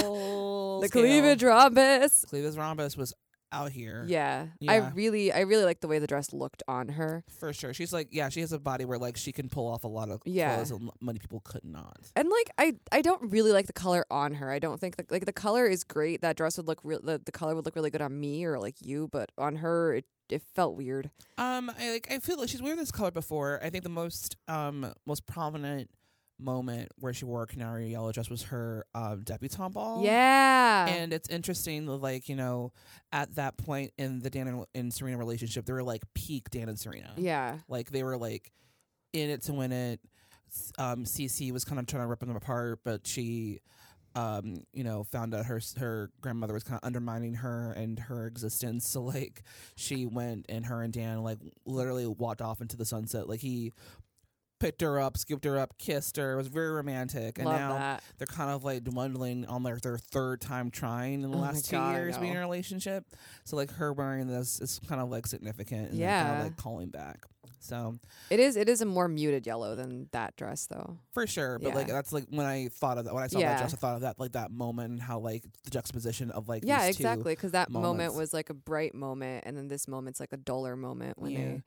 Speaker 1: *laughs*
Speaker 2: full
Speaker 1: the
Speaker 2: scale.
Speaker 1: cleavage rhombus.
Speaker 2: Clevis Rhombus was out here.
Speaker 1: Yeah.
Speaker 2: Yeah.
Speaker 1: I really I really like the way the dress looked on her.
Speaker 2: for sure. She's like, yeah, she has a body where like she can pull off a lot of
Speaker 1: Yeah.
Speaker 2: clothes, and many people could not.
Speaker 1: And like I, I don't really like the color on her. I don't think the, like the color is great. That dress would look real. The, the color would look really good on me or like you, but on her it, it felt weird.
Speaker 2: Um, I like, I feel like she's worn this color before. I think the most, um, most prominent moment where she wore a canary yellow dress was her um, debutante ball.
Speaker 1: Yeah.
Speaker 2: and it's interesting, like you know, at that point in the Dan and, and Serena relationship, they were like peak Dan and Serena.
Speaker 1: Yeah.
Speaker 2: like they were like in it to win it. S- Um, CC was kind of trying to rip them apart, but she, um, you know, found out her s- her grandmother was kind of undermining her and her existence. *laughs* So like, she went and her and Dan like literally walked off into the sunset. Like he picked her up, scooped her up, kissed her. It was very romantic. And
Speaker 1: Love
Speaker 2: now
Speaker 1: that.
Speaker 2: they're kind of like dwindling on their their third time trying in the
Speaker 1: Oh my
Speaker 2: last two
Speaker 1: God, I
Speaker 2: years being in
Speaker 1: know.
Speaker 2: a relationship. So like her wearing this is kind of like significant. And yeah, kind
Speaker 1: Yeah.
Speaker 2: of like calling back. So
Speaker 1: It is it is a more muted yellow than that dress though.
Speaker 2: for sure, but like
Speaker 1: Yeah.
Speaker 2: that's like when I thought of that when I saw
Speaker 1: Yeah.
Speaker 2: that dress, I thought of that like that moment and how like the juxtaposition of like
Speaker 1: yeah,
Speaker 2: these two
Speaker 1: exactly. Because that moment
Speaker 2: moments.
Speaker 1: was like a bright moment, and then this moment's like a duller moment when
Speaker 2: Yeah.
Speaker 1: they.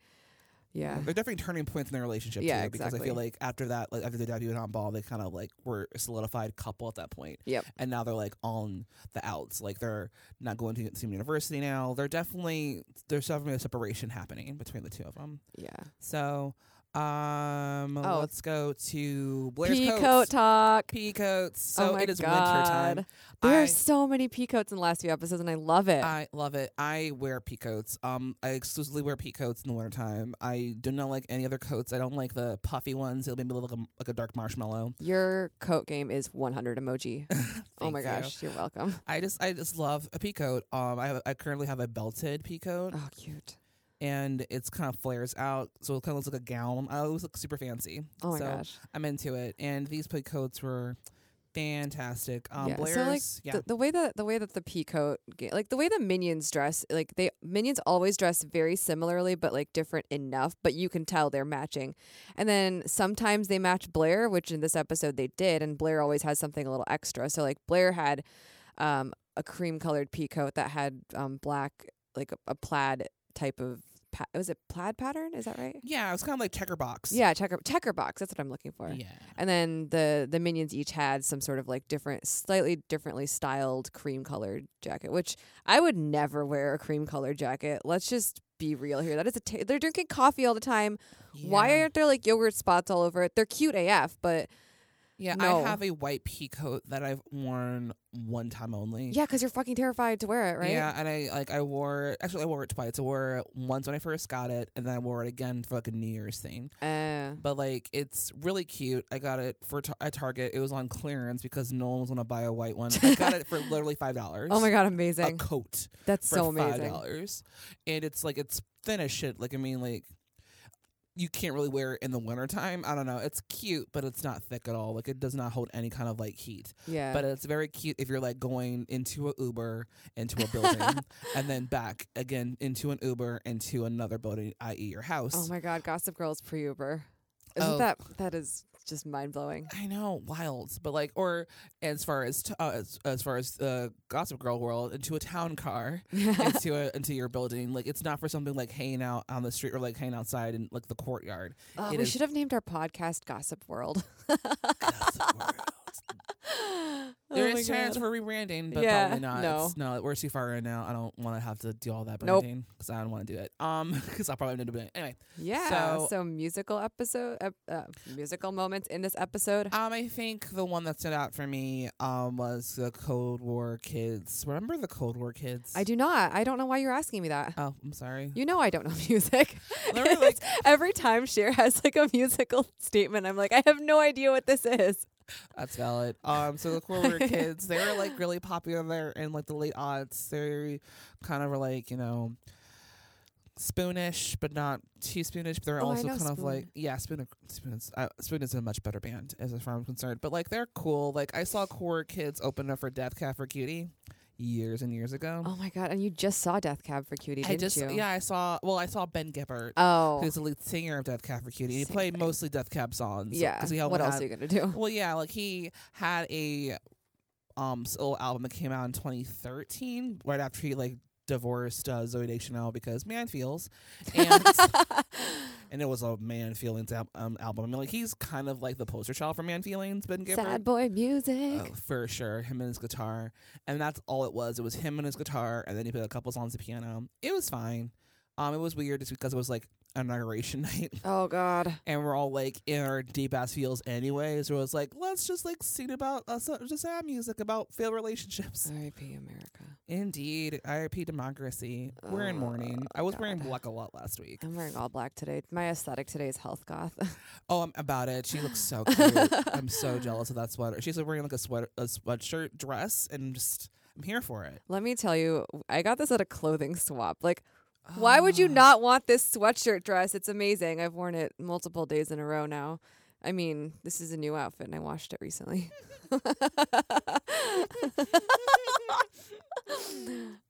Speaker 1: Yeah.
Speaker 2: They're definitely turning points in their relationship
Speaker 1: Yeah,
Speaker 2: too, because I feel
Speaker 1: exactly.
Speaker 2: like after that, like after the debut and on ball, they kind of like were a solidified couple at that point.
Speaker 1: Yep.
Speaker 2: And now they're like on the outs. Like they're not going to the same university now. They're definitely there's definitely a separation happening between the two of them.
Speaker 1: Yeah.
Speaker 2: So, um,
Speaker 1: Oh.
Speaker 2: let's go to Blair's
Speaker 1: Peacoat
Speaker 2: coats.
Speaker 1: talk.
Speaker 2: Peacoats.
Speaker 1: oh
Speaker 2: So
Speaker 1: my
Speaker 2: it is
Speaker 1: God.
Speaker 2: winter time.
Speaker 1: There
Speaker 2: I-
Speaker 1: are so many peacoats in the last few episodes, and I love it.
Speaker 2: I love it. I wear peacoats. Um, I exclusively wear peacoats in the wintertime. I do not like any other coats. I don't like the puffy ones. It'll make me look like a, like a dark marshmallow.
Speaker 1: Your coat game is 100
Speaker 2: *laughs*
Speaker 1: emoji. oh my
Speaker 2: you.
Speaker 1: gosh, you're welcome.
Speaker 2: I just I just love a peacoat. Um, I have, I currently have a belted peacoat.
Speaker 1: Oh, cute.
Speaker 2: And it's kind of flares out, so it kind of looks like a gown. I always look super fancy.
Speaker 1: Oh my
Speaker 2: so
Speaker 1: gosh.
Speaker 2: I'm into it. And these peacoats were fantastic. Um, Blair's,
Speaker 1: So like
Speaker 2: yeah.
Speaker 1: the, the way that the way that the peacoat ga- like the way the minions dress like they minions always dress very similarly but like different enough but you can tell they're matching. And then sometimes they match Blair, which in this episode they did, and Blair always has something a little extra. So like Blair had um a cream colored peacoat that had um black like a, a plaid type of pa- was it plaid pattern? Is that right?
Speaker 2: yeah, it was kind of like checker box.
Speaker 1: Yeah, checker checker box. That's what I'm looking for.
Speaker 2: Yeah.
Speaker 1: And then the the minions each had some sort of like different, slightly differently styled cream colored jacket, which I would never wear a cream colored jacket. Let's just be real here. That is a ta- they're drinking coffee all the time. Why aren't there like yogurt spots all over it? They're cute AF, but
Speaker 2: Yeah,
Speaker 1: No.
Speaker 2: I have a white pea coat that I've worn one time only.
Speaker 1: Yeah, because you're fucking terrified to wear it, right?
Speaker 2: Mm. Yeah, and I like I wore actually I wore it twice. I wore it once when I first got it, and then I wore it again for like a New Year's thing.
Speaker 1: Eh.
Speaker 2: But like it's really cute. I got it for tar- at Target. It was on clearance because no one was gonna buy a white one. I got
Speaker 1: *laughs*
Speaker 2: it for literally five dollars.
Speaker 1: Oh my God, amazing.
Speaker 2: A coat.
Speaker 1: That's
Speaker 2: for
Speaker 1: so amazing.
Speaker 2: Five dollars, and it's like it's thin as shit. Like I mean, like you can't really wear it in the wintertime. I don't know. It's cute, but it's not thick at all. Like it does not hold any kind of like heat.
Speaker 1: Yeah.
Speaker 2: But it's very cute if you're like going into a Uber into
Speaker 1: *laughs*
Speaker 2: a building and then back again into an Uber into another building, i.e. your house.
Speaker 1: Oh my God, Gossip Girl's pre Uber. Isn't
Speaker 2: Oh.
Speaker 1: that that is just mind blowing?
Speaker 2: I know, wilds, but like, or as far as t- uh, as, as far as the Gossip Girl world, into a
Speaker 1: *laughs*
Speaker 2: town car, into a, into your building. Like, it's not for something like hanging out on the street or like hanging outside in like
Speaker 1: *laughs*
Speaker 2: the courtyard.
Speaker 1: Uh,
Speaker 2: It
Speaker 1: we
Speaker 2: is-
Speaker 1: should have named our podcast Gossip World. *laughs*
Speaker 2: There
Speaker 1: Oh my
Speaker 2: is chance
Speaker 1: God.
Speaker 2: for rebranding, but
Speaker 1: Yeah,
Speaker 2: probably not.
Speaker 1: no.
Speaker 2: It's- no, we're too far in now. I don't want to have to do all that
Speaker 1: Nope.
Speaker 2: branding because I don't want to do it. Um, *laughs* because I'll probably end up doing it anyway.
Speaker 1: Yeah. So, musical episode, ep- uh, musical moments in this episode.
Speaker 2: Um, I think the one that stood out for me um was the Cold War kids. Remember the Cold War kids?
Speaker 1: I do not. I don't know why you're asking me that.
Speaker 2: Oh, I'm sorry.
Speaker 1: You know I don't know *laughs*
Speaker 2: *laughs*
Speaker 1: music. *laughs* It's- Every time Cher has like a musical *laughs* statement, I'm like, I have no idea what this is.
Speaker 2: That's valid. Um, so the Cold War kids, they were like really popular there in like the late aughts. They kind of were like you know spoonish, but not too spoonish. But they're
Speaker 7: Oh, I
Speaker 2: also
Speaker 7: know
Speaker 2: kind of
Speaker 7: Spoon.
Speaker 2: like yeah, spoon spoon is uh, spoon is a much better band as far as I'm concerned. But like they're cool. Like I saw Cold War kids open up for Death Cab for Cutie years and years ago.
Speaker 1: Oh my god! And you just saw Death Cab for Cutie, didn't
Speaker 2: Um, I just
Speaker 1: you?
Speaker 2: yeah, I saw well, I saw Ben Gibbard.
Speaker 1: Oh.
Speaker 2: who's the lead singer of Death Cab for Cutie. He
Speaker 1: Same
Speaker 2: played mostly Death Cab songs.
Speaker 1: Yeah,
Speaker 2: 'cause he had
Speaker 1: what
Speaker 2: one
Speaker 1: else
Speaker 2: al-
Speaker 1: are you gonna do?
Speaker 2: Well, yeah, like he had a um solo album that came out in 2013, right after he like divorced uh, Zoe Deschanel because man feels, and, and it was a man feelings al- um, album. I mean, like he's kind of like the poster child for man feelings. Ben Gibbard.
Speaker 1: Sad boy music.
Speaker 2: Oh, for sure. Him and his guitar. And that's all it was. It was him and his guitar, and then he played a couple songs of piano. It was fine. Um, it was weird just because it was like inauguration *laughs* night.
Speaker 1: Oh God.
Speaker 2: And we're all like in our deep ass feels anyways. So it was like, let's just like sing about us just have music about failed relationships.
Speaker 1: R.I.P. America.
Speaker 2: *laughs* Indeed. R.I.P. democracy. We're in mourning. I was wearing black a lot last week.
Speaker 1: I'm wearing all black today. My aesthetic today is health goth.
Speaker 2: *laughs*
Speaker 1: *laughs*
Speaker 2: Oh, I'm about it. She looks *laughs* so cute. I'm so jealous of that sweater. She's wearing like a sweater, a sweatshirt dress, and just I'm here for it.
Speaker 1: Let me tell you, I got this at a clothing swap. Like, why would
Speaker 2: Ah.
Speaker 1: you not want this sweatshirt dress? It's amazing. I've worn it multiple days in a row now. I mean, this is a new outfit, and I washed it recently. *laughs*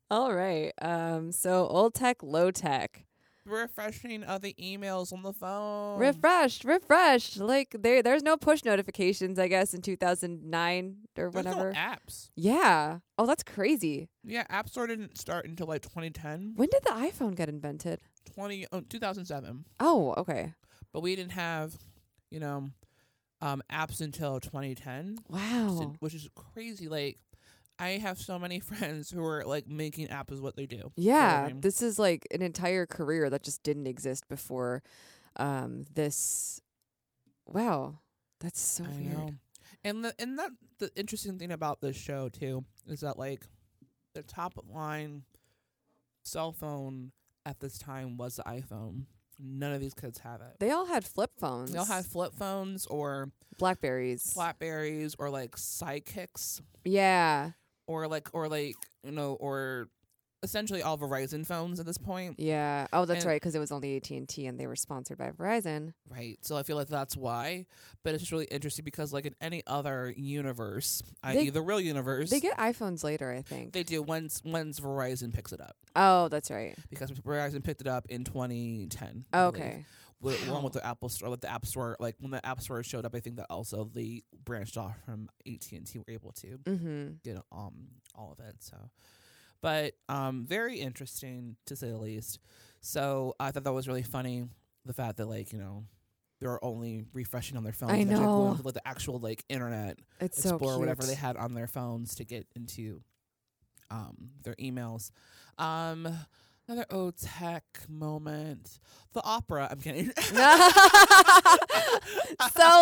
Speaker 1: All right. Um, so old tech, low tech.
Speaker 2: refreshing of the emails on the phone.
Speaker 1: refreshed, refreshed. Like there, there's no push notifications, I guess, in 2009 or
Speaker 2: There's no
Speaker 1: whatever.
Speaker 2: apps.
Speaker 1: Yeah. Oh, that's crazy.
Speaker 2: yeah, App Store didn't start until like 2010,
Speaker 1: When did the iPhone get invented?
Speaker 2: 20, oh, 2007.
Speaker 1: Oh, okay.
Speaker 2: But we didn't have, you know, um, apps until 2010.
Speaker 1: Wow.
Speaker 2: Which is- Which is crazy. Like, I have so many *laughs* friends who are like making apps is what they do.
Speaker 1: Yeah, this is like an entire career that just didn't exist before. Um, this. Wow, that's so
Speaker 2: I
Speaker 1: weird.
Speaker 2: know. And the and that the interesting thing about this show too is that like the top line cell phone at this time was the iPhone. None of these kids have it.
Speaker 1: They all had flip phones.
Speaker 2: They all had flip phones or
Speaker 1: blackberries,
Speaker 2: blackberries or like sidekicks
Speaker 1: Yeah.
Speaker 2: or like or like you know or essentially all Verizon phones at this point.
Speaker 1: Yeah. Oh, that's
Speaker 2: And-
Speaker 1: right, 'cause it was only AT and T, and they were sponsored by Verizon.
Speaker 2: Right. So I feel like that's why. But it's just really interesting because like in any other universe,
Speaker 1: They-
Speaker 2: i.e. the real universe,
Speaker 1: They get iPhones later, I think.
Speaker 2: They do once once Verizon picks it up
Speaker 1: Oh, that's *laughs* right.
Speaker 2: because Verizon picked it up in 2010.
Speaker 1: Oh,
Speaker 2: I believe,
Speaker 1: okay.
Speaker 2: With, Along with
Speaker 1: Wow.
Speaker 2: the Apple Store, with the App Store, like when the App Store showed up, I think that also they branched off from AT and T were able to
Speaker 1: Mhm.
Speaker 2: get um all of it. So, but um, very interesting to say the least. So I thought that was really funny. The fact that like you know they're only refreshing on their phones.
Speaker 1: I
Speaker 2: and, like, going
Speaker 1: know.
Speaker 2: to, like the actual like internet
Speaker 1: It's so
Speaker 2: explorer, whatever
Speaker 1: cute.
Speaker 2: they had on their phones to get into um their emails. Um another O tech moment. The opera, I'm kidding.
Speaker 1: so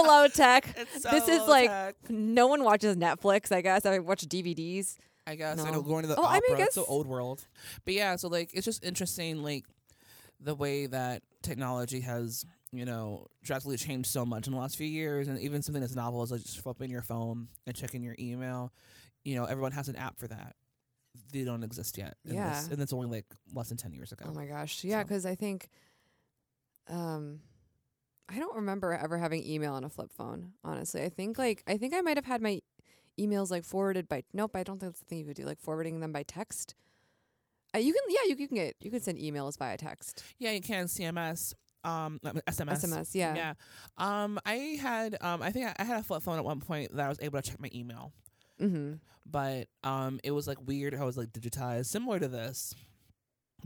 Speaker 1: low tech.
Speaker 2: so
Speaker 1: this is
Speaker 2: low
Speaker 1: like
Speaker 2: tech.
Speaker 1: no one watches Netflix. I guess I watch DVDs.
Speaker 2: *laughs* I guess
Speaker 1: No.
Speaker 2: it'll go into the
Speaker 1: oh,
Speaker 2: opera.
Speaker 1: I mean, I guess
Speaker 2: It's so old world. But yeah, so like it's just interesting, like the way that technology has you know drastically changed so much in the last few years, and even something as novel as like just flipping your phone and checking your email. You know, everyone has an app for that. They don't exist yet. in this-
Speaker 1: Yeah.
Speaker 2: and that's only like less than ten years ago.
Speaker 1: Oh my gosh. Yeah, because I think um I don't remember ever having email on a flip phone, honestly. I think like I think I might have had my emails like forwarded by nope, I don't think that's the thing you could do, like forwarding them by text. Uh, you can yeah, you, you can get you can send emails via text.
Speaker 2: Yeah, you can CMS. Um, uh, SMS.
Speaker 1: SMS, yeah.
Speaker 2: Yeah. Um, I had, um, I think I, I had a flip phone at one point that I was able to check my email,
Speaker 1: Mhm.
Speaker 2: but um, it was like weird how it was like digitized, similar to this,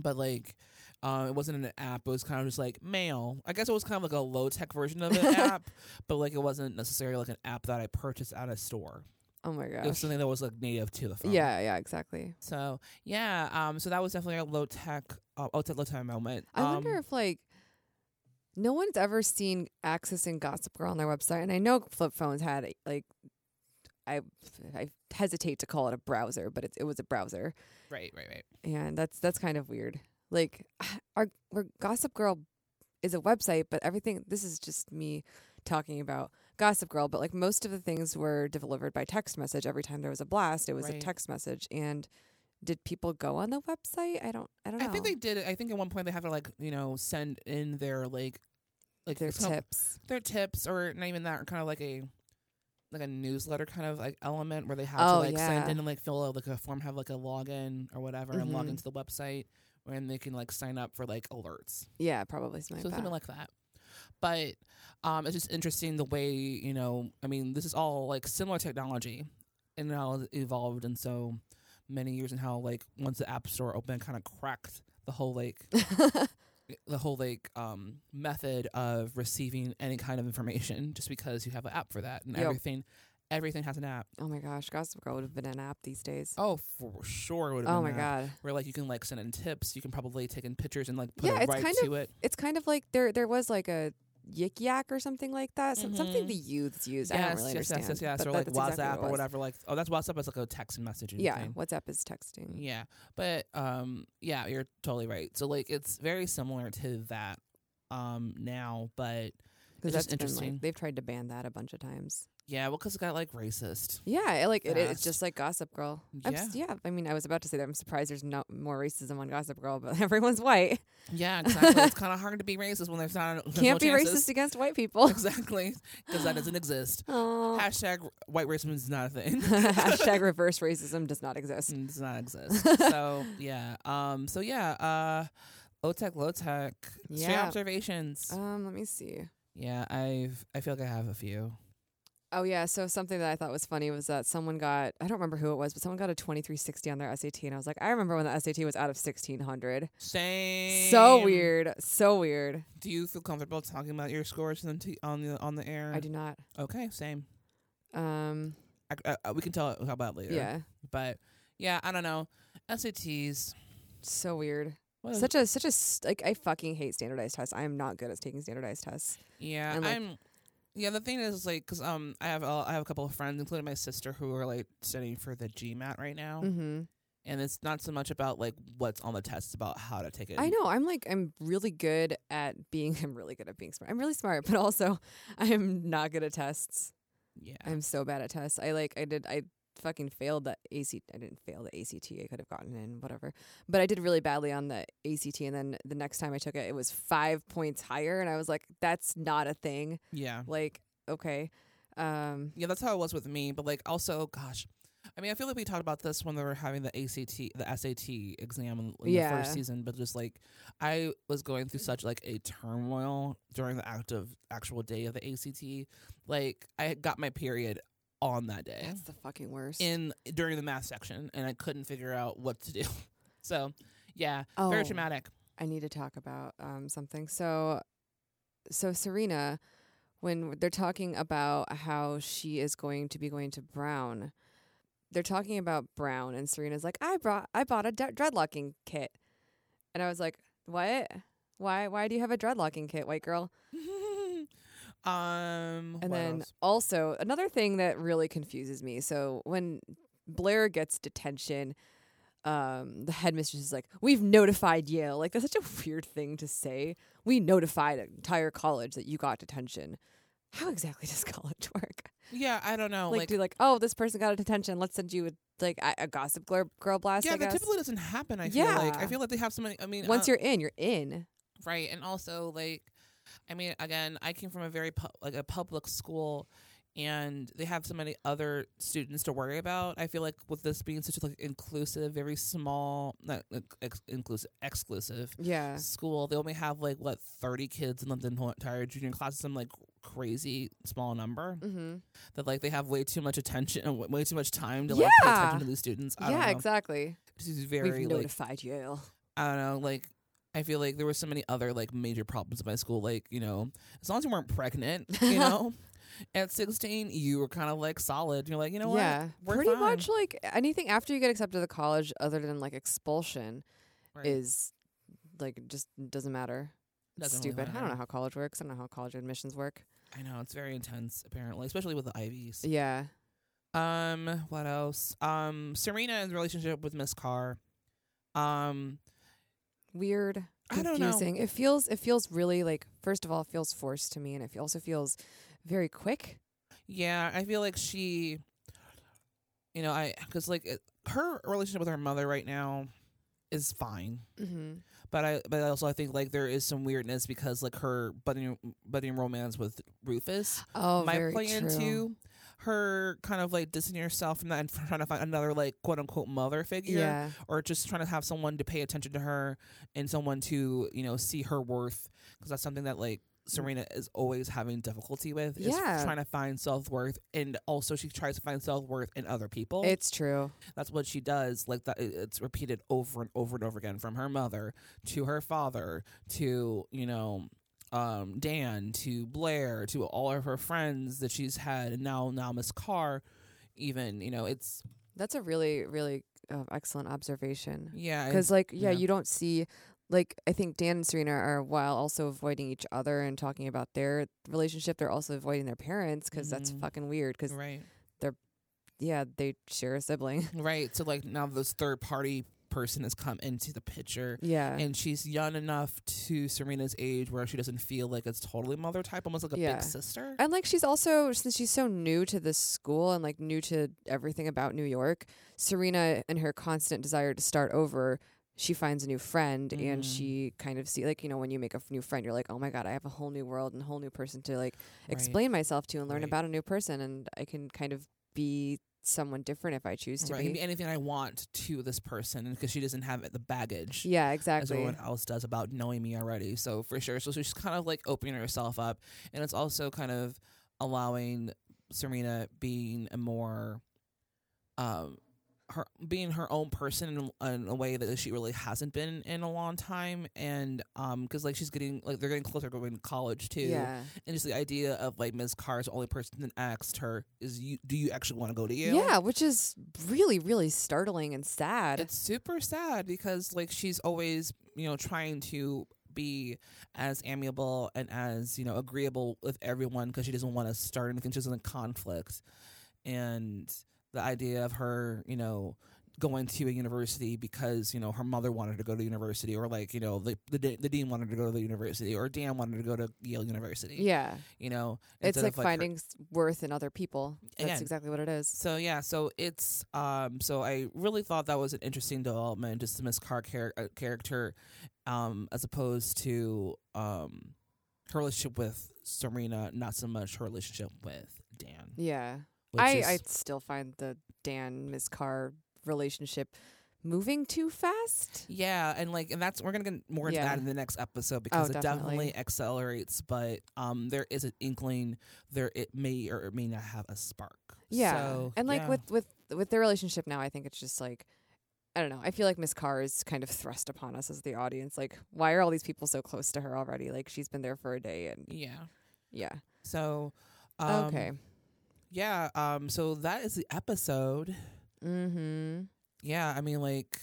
Speaker 2: but like, um, it wasn't an app. It was kind of just like mail. I guess it was kind of like a low tech version of an
Speaker 1: *laughs*
Speaker 2: app, but like it wasn't necessarily like an app that I purchased at a store.
Speaker 1: Oh my
Speaker 2: It was
Speaker 1: gosh.
Speaker 2: something that was like native to the phone.
Speaker 1: Yeah, yeah, exactly.
Speaker 2: So yeah, um, so that was definitely a low tech, uh, low tech, low tech moment.
Speaker 1: I
Speaker 2: um,
Speaker 1: wonder if like no one's ever seen accessing Gossip Girl on their website, and I know flip phones had like I I hesitate to call it a browser, but it, it was a browser,
Speaker 2: Right, right, right.
Speaker 1: and that's that's kind of weird. Like *sighs* our our Gossip Girl is a website, but everything this is just me talking about Gossip Girl, but like most of the things were delivered by text message. Every time there was a blast, it was a
Speaker 2: Right.
Speaker 1: text message, and did people go on the website? I don't I don't know.
Speaker 2: I think they did. it- I think at one point they have to like you know send in their like like
Speaker 1: Their
Speaker 2: it's kind of-
Speaker 1: tips.
Speaker 2: their tips, or not even that, or kind of like a like a newsletter kind of like element where they have
Speaker 1: Oh,
Speaker 2: to like send
Speaker 1: yeah.
Speaker 2: in and like fill out like a form, have like a login or whatever, and log
Speaker 1: Mhm.
Speaker 2: into the website, and they can like sign up for like alerts.
Speaker 1: yeah, probably something
Speaker 2: so
Speaker 1: like that.
Speaker 2: something like that. But um, it's just interesting the way you know. I mean, this is all like similar technology, and how it evolved in so many years, and how like once the app store opened, kind of cracked the whole like
Speaker 1: *laughs*
Speaker 2: the whole like um, method of receiving any kind of information, just because you have an app for that, and
Speaker 1: Yep.
Speaker 2: everything everything has an app.
Speaker 1: Oh my gosh, Gossip Girl would have been an app these days.
Speaker 2: Oh, for sure, would have
Speaker 1: Oh
Speaker 2: been
Speaker 1: my
Speaker 2: an app
Speaker 1: God.
Speaker 2: Where like you can like send in tips, you can probably take in pictures and like put
Speaker 1: yeah,
Speaker 2: it
Speaker 1: it's
Speaker 2: right
Speaker 1: kind
Speaker 2: to
Speaker 1: of
Speaker 2: it.
Speaker 1: it's kind of like there there was like a Yik Yak or something like that. Some, Something
Speaker 2: Mhm.
Speaker 1: the youths use. I
Speaker 2: yes,
Speaker 1: don't really
Speaker 2: yes,
Speaker 1: understand.
Speaker 2: Yes, yes, yes.
Speaker 1: but
Speaker 2: Or
Speaker 1: that-
Speaker 2: like
Speaker 1: that's
Speaker 2: WhatsApp
Speaker 1: exactly what it
Speaker 2: or
Speaker 1: was.
Speaker 2: whatever. Like, oh, that's WhatsApp. It's like a text message.
Speaker 1: Yeah,
Speaker 2: Thing.
Speaker 1: WhatsApp is texting.
Speaker 2: Yeah, but um, yeah, you're totally right. So like, it's very similar to that um now, but
Speaker 1: Because that's
Speaker 2: it's just
Speaker 1: been,
Speaker 2: interesting.
Speaker 1: like they've tried to ban that a bunch of times.
Speaker 2: yeah, well, 'cause it got like racist.
Speaker 1: Yeah, it, like it, it's
Speaker 2: Fast.
Speaker 1: just like Gossip Girl. I'm s- yeah, I mean, I was about to say that I'm surprised there's not more racism on Gossip Girl, but *laughs* everyone's white. *laughs*
Speaker 2: Yeah, exactly. it's kind of hard to be racist when there's not *laughs* there's
Speaker 1: Can't
Speaker 2: no
Speaker 1: be
Speaker 2: chances.
Speaker 1: racist against white people.
Speaker 2: *laughs* Exactly, because that doesn't exist.
Speaker 1: *laughs*
Speaker 2: *laughs*
Speaker 1: Oh.
Speaker 2: Hashtag white racism is not a thing. *laughs*
Speaker 1: Hashtag reverse racism does not exist.
Speaker 2: Does
Speaker 1: *laughs*
Speaker 2: not exist. so yeah, um, so yeah, uh, low tech, low tech. Stray
Speaker 1: Yeah.
Speaker 2: observations.
Speaker 1: Um, let me see.
Speaker 2: Yeah, I've I feel like I have a few.
Speaker 1: Oh yeah, so something that I thought was funny was that someone got I don't remember who it was, but someone got a 2360 on their SAT and I was like, I remember when the SAT was out of 1600.
Speaker 2: Same.
Speaker 1: So weird, so weird.
Speaker 2: Do you feel comfortable talking about your scores on t- on the on the air?
Speaker 1: I do not.
Speaker 2: Okay, same.
Speaker 1: Um
Speaker 2: I, I, we can tell how about later.
Speaker 1: Yeah.
Speaker 2: but yeah, I don't know. SATs.
Speaker 1: so weird.
Speaker 2: What is
Speaker 1: Such a such a s- like I fucking hate standardized tests. I am not good at taking standardized tests.
Speaker 2: Yeah,
Speaker 1: And, like-
Speaker 2: I'm. Yeah, the thing is, like, 'cause um, I have a, I have a couple of friends, including my sister, who are like studying for the GMAT right now,
Speaker 1: Mhm.
Speaker 2: and it's not so much about like what's on the test, it's about how to take it.
Speaker 1: I know. I'm like I'm really good at being *laughs* I'm really good at being smart. I'm really smart, but also *laughs* I am not good at tests.
Speaker 2: Yeah.
Speaker 1: I'm so bad at tests. I like I did I fucking failed the ACT I didn't fail the ACT. I could have gotten in whatever. But I did really badly on the ACT and then the next time I took it it was 5 points higher and I was like that's not a thing.
Speaker 2: Yeah.
Speaker 1: Like okay. Um
Speaker 2: Yeah, that's how it was with me. But like, also, gosh, I mean, I feel like we talked about this when they were having the ACT, the SAT exam in, in the
Speaker 1: Yeah.
Speaker 2: first season. But just like, I was going through such like a turmoil during the act of actual day of the ACT. Like, I had got my period on that day
Speaker 1: that's the fucking worst.
Speaker 2: in during the math section, and I couldn't figure out what to do. *laughs* So, yeah, very
Speaker 1: Oh.
Speaker 2: traumatic.
Speaker 1: I need to talk about um, something. So, so Serena, when they're talking about how she is going to be going to Brown, they're talking about Brown, and Serena's like, "I brought, I bought a de- dreadlocking kit," and I was like, "What? Why? Why do you have a dreadlocking kit, white girl?"
Speaker 2: Um,
Speaker 1: And
Speaker 2: what
Speaker 1: then
Speaker 2: else?
Speaker 1: also another thing that really confuses me. So when Blair gets detention, um, the headmistress is like, "We've notified Yale." Like that's such a weird thing to say. We notified an entire college that you got detention. How exactly *laughs* does college work?
Speaker 2: yeah, I don't know.
Speaker 1: like,
Speaker 2: Like,
Speaker 1: do like, oh, this person got a detention. Let's send you a, like a, a gossip girl, girl blast.
Speaker 2: yeah,
Speaker 1: I
Speaker 2: that
Speaker 1: guess.
Speaker 2: typically doesn't happen. I feel like I
Speaker 1: Yeah.
Speaker 2: feel like they have so many. I mean,
Speaker 1: Once
Speaker 2: uh,
Speaker 1: you're in, you're in.
Speaker 2: right and also like i mean again i came from a very pu- like a public school and they have so many other students to worry about i feel like with this being such a like inclusive very small not like, ex- inclusive exclusive
Speaker 1: Yeah.
Speaker 2: school they only have like what 30 kids in the whole entire junior class some like crazy small number
Speaker 1: Mhm.
Speaker 2: that like they have way too much attention and way too much time to like pay attention
Speaker 1: Yeah.
Speaker 2: to these students I don't
Speaker 1: yeah,
Speaker 2: know.
Speaker 1: exactly.
Speaker 2: this is very
Speaker 1: We've
Speaker 2: like,
Speaker 1: notified Yale.
Speaker 2: I don't know, like I feel like there were so many other like major problems in my school. Like, you know, as long as you weren't pregnant,
Speaker 1: *laughs*
Speaker 2: you know, at sixteen you were kind of like solid. You're like, you know
Speaker 1: yeah,
Speaker 2: what? We're
Speaker 1: pretty
Speaker 2: fine.
Speaker 1: much like anything after you get accepted to college, other than like expulsion,
Speaker 2: Right.
Speaker 1: is like just doesn't matter. It's
Speaker 2: Doesn't really
Speaker 1: stupid. I don't
Speaker 2: matter.
Speaker 1: know how college works. I don't know how college admissions work.
Speaker 2: I know, it's very intense apparently, especially with the Ivies.
Speaker 1: Yeah,
Speaker 2: Um, what else? Um, Serena's relationship with Miss Carr. Um
Speaker 1: weird,
Speaker 2: I don't know.
Speaker 1: confusing. It feels it feels really like first of all, it feels forced to me, and it fe- also feels very quick.
Speaker 2: Yeah, I feel like she, you know, I because like it, her relationship with her mother right now is fine,
Speaker 1: Mhm.
Speaker 2: but I but also I think like there is some weirdness because like her budding budding romance with Rufus
Speaker 1: Oh,
Speaker 2: might
Speaker 1: very
Speaker 2: play
Speaker 1: true.
Speaker 2: into her kind of like distancing herself from that and *laughs* trying to find another like quote unquote mother figure
Speaker 1: Yeah.
Speaker 2: or just trying to have someone to pay attention to her and someone to you know see her worth because that's something that like Serena is always having difficulty with is
Speaker 1: Yeah.
Speaker 2: trying to find self worth and also she tries to find self worth in other people.
Speaker 1: It's true.
Speaker 2: that's what she does. Like that, it- it's repeated over and over and over again from her mother to her father to you know um, Dan to Blair to all of her friends that she's had and now now Miss Carr. Even you know it's
Speaker 1: That's a really, really uh, excellent observation.
Speaker 2: Yeah, I-
Speaker 1: because like, yeah,
Speaker 2: yeah.
Speaker 1: you don't see like I think Dan and Serena are while also avoiding each other and talking about their relationship, they're also avoiding their parents 'cause that's
Speaker 2: Mhm.
Speaker 1: fucking weird 'cause
Speaker 2: right
Speaker 1: they're yeah they share a sibling.
Speaker 2: right. So like now this third party person has come into the picture.
Speaker 1: Yeah.
Speaker 2: and she's young enough to Serena's age where she doesn't feel like it's totally mother type, almost like a
Speaker 1: Yeah.
Speaker 2: big sister.
Speaker 1: And like she's also since she's so new to this school and like new to everything about New York, Serena and her constant desire to start over, she finds a new friend
Speaker 2: Mm-hmm.
Speaker 1: and she kind of see like you know when you make a f- new friend, you're like, "Oh my god, I have a whole new world and a whole new person to like explain myself to and learn
Speaker 2: Right.
Speaker 1: about a new person and I can kind of be someone different if I choose to
Speaker 2: Right, it can
Speaker 1: be."
Speaker 2: be anything I want to this person because she doesn't have the baggage.
Speaker 1: Yeah,
Speaker 2: As
Speaker 1: exactly.
Speaker 2: everyone else does about knowing me already. So for sure, so she's kind of like opening herself up, and it's also kind of allowing Serena being a more, um, her being her own person in, in a way that she really hasn't been in a long time, and um, because like she's getting like they're getting closer to going to college too,
Speaker 1: Yeah.
Speaker 2: and just the idea of like Ms. Carr's the only person that asked her is you do you actually want to go to Yale?
Speaker 1: Yeah, which is really really startling and sad.
Speaker 2: It's super sad because like she's always, you know, trying to be as amiable and as, you know, agreeable with everyone because she doesn't want to start anything. She doesn't want conflict. And the idea of her, you know, going to a university because, you know, her mother wanted to go to university or like, you know, the the, de- the dean wanted to go to the university or Dan wanted to go to Yale University.
Speaker 1: yeah.
Speaker 2: You know,
Speaker 1: It's
Speaker 2: instead
Speaker 1: like,
Speaker 2: of, her-
Speaker 1: finding s worth in other people. That's
Speaker 2: Again.
Speaker 1: exactly what it is.
Speaker 2: so yeah, so it's um, so I really thought that was an interesting development, just the Miss Carr char- uh, character, um, as opposed to um, her relationship with Serena, not so much her relationship with Dan.
Speaker 1: Yeah.
Speaker 2: which
Speaker 1: I,
Speaker 2: is-
Speaker 1: I still find the Dan Miss Carr relationship moving too fast.
Speaker 2: Yeah, and like, and that's we're gonna get more into
Speaker 1: Yeah. Oh,
Speaker 2: that in the next episode because it
Speaker 1: definitely.
Speaker 2: definitely accelerates. But um, there is an inkling there it may or it may not have a spark.
Speaker 1: Yeah.
Speaker 2: So,
Speaker 1: and like
Speaker 2: yeah.
Speaker 1: with with with their relationship now, I think it's just like I don't know. I feel like Miss Carr is kind of thrust upon us as the audience. Like, why are all these people so close to her already? Like she's been there for a day and
Speaker 2: yeah,
Speaker 1: yeah.
Speaker 2: so um,
Speaker 1: okay.
Speaker 2: Yeah. Um. So that is the episode.
Speaker 1: Mm-hmm.
Speaker 2: Yeah. I mean, like,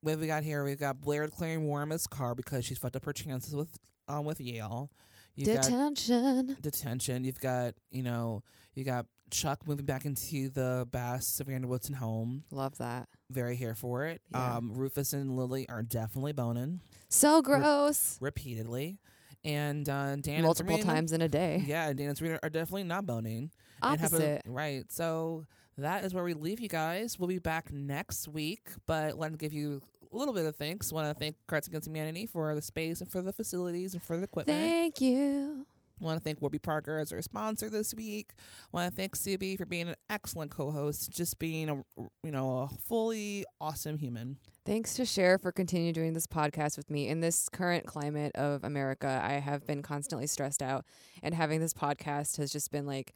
Speaker 2: what have we got here? We've got Blair declaring war on Miss Carr because she's fucked up her chances with um with Yale. You've got-
Speaker 1: Detention.
Speaker 2: detention. You've got, you know, you got Chuck moving back into the Bass Savannah Woodson home.
Speaker 1: Love that.
Speaker 2: Very here for it. Um, Rufus and Lily are definitely boning.
Speaker 1: So
Speaker 2: Re-
Speaker 1: gross.
Speaker 2: repeatedly. And uh, Dan
Speaker 1: Multiple
Speaker 2: and Serena,
Speaker 1: times in a day.
Speaker 2: Yeah, Dan and Serena are definitely not boning. And have a-
Speaker 1: Opposite.
Speaker 2: right. So that is where we leave you guys. We'll be back next week, but want to give you a little bit of thanks. Want to thank Cards Against Humanity for the space and for the facilities and for the equipment.
Speaker 1: Thank you.
Speaker 2: Want to thank Warby Parker as our sponsor this week. Want to thank Subi for being an excellent co-host, just being a you know a fully awesome human.
Speaker 1: Thanks to Cher for continuing doing this podcast with me. In this current climate of America, I have been constantly stressed out, and having this podcast has just been like,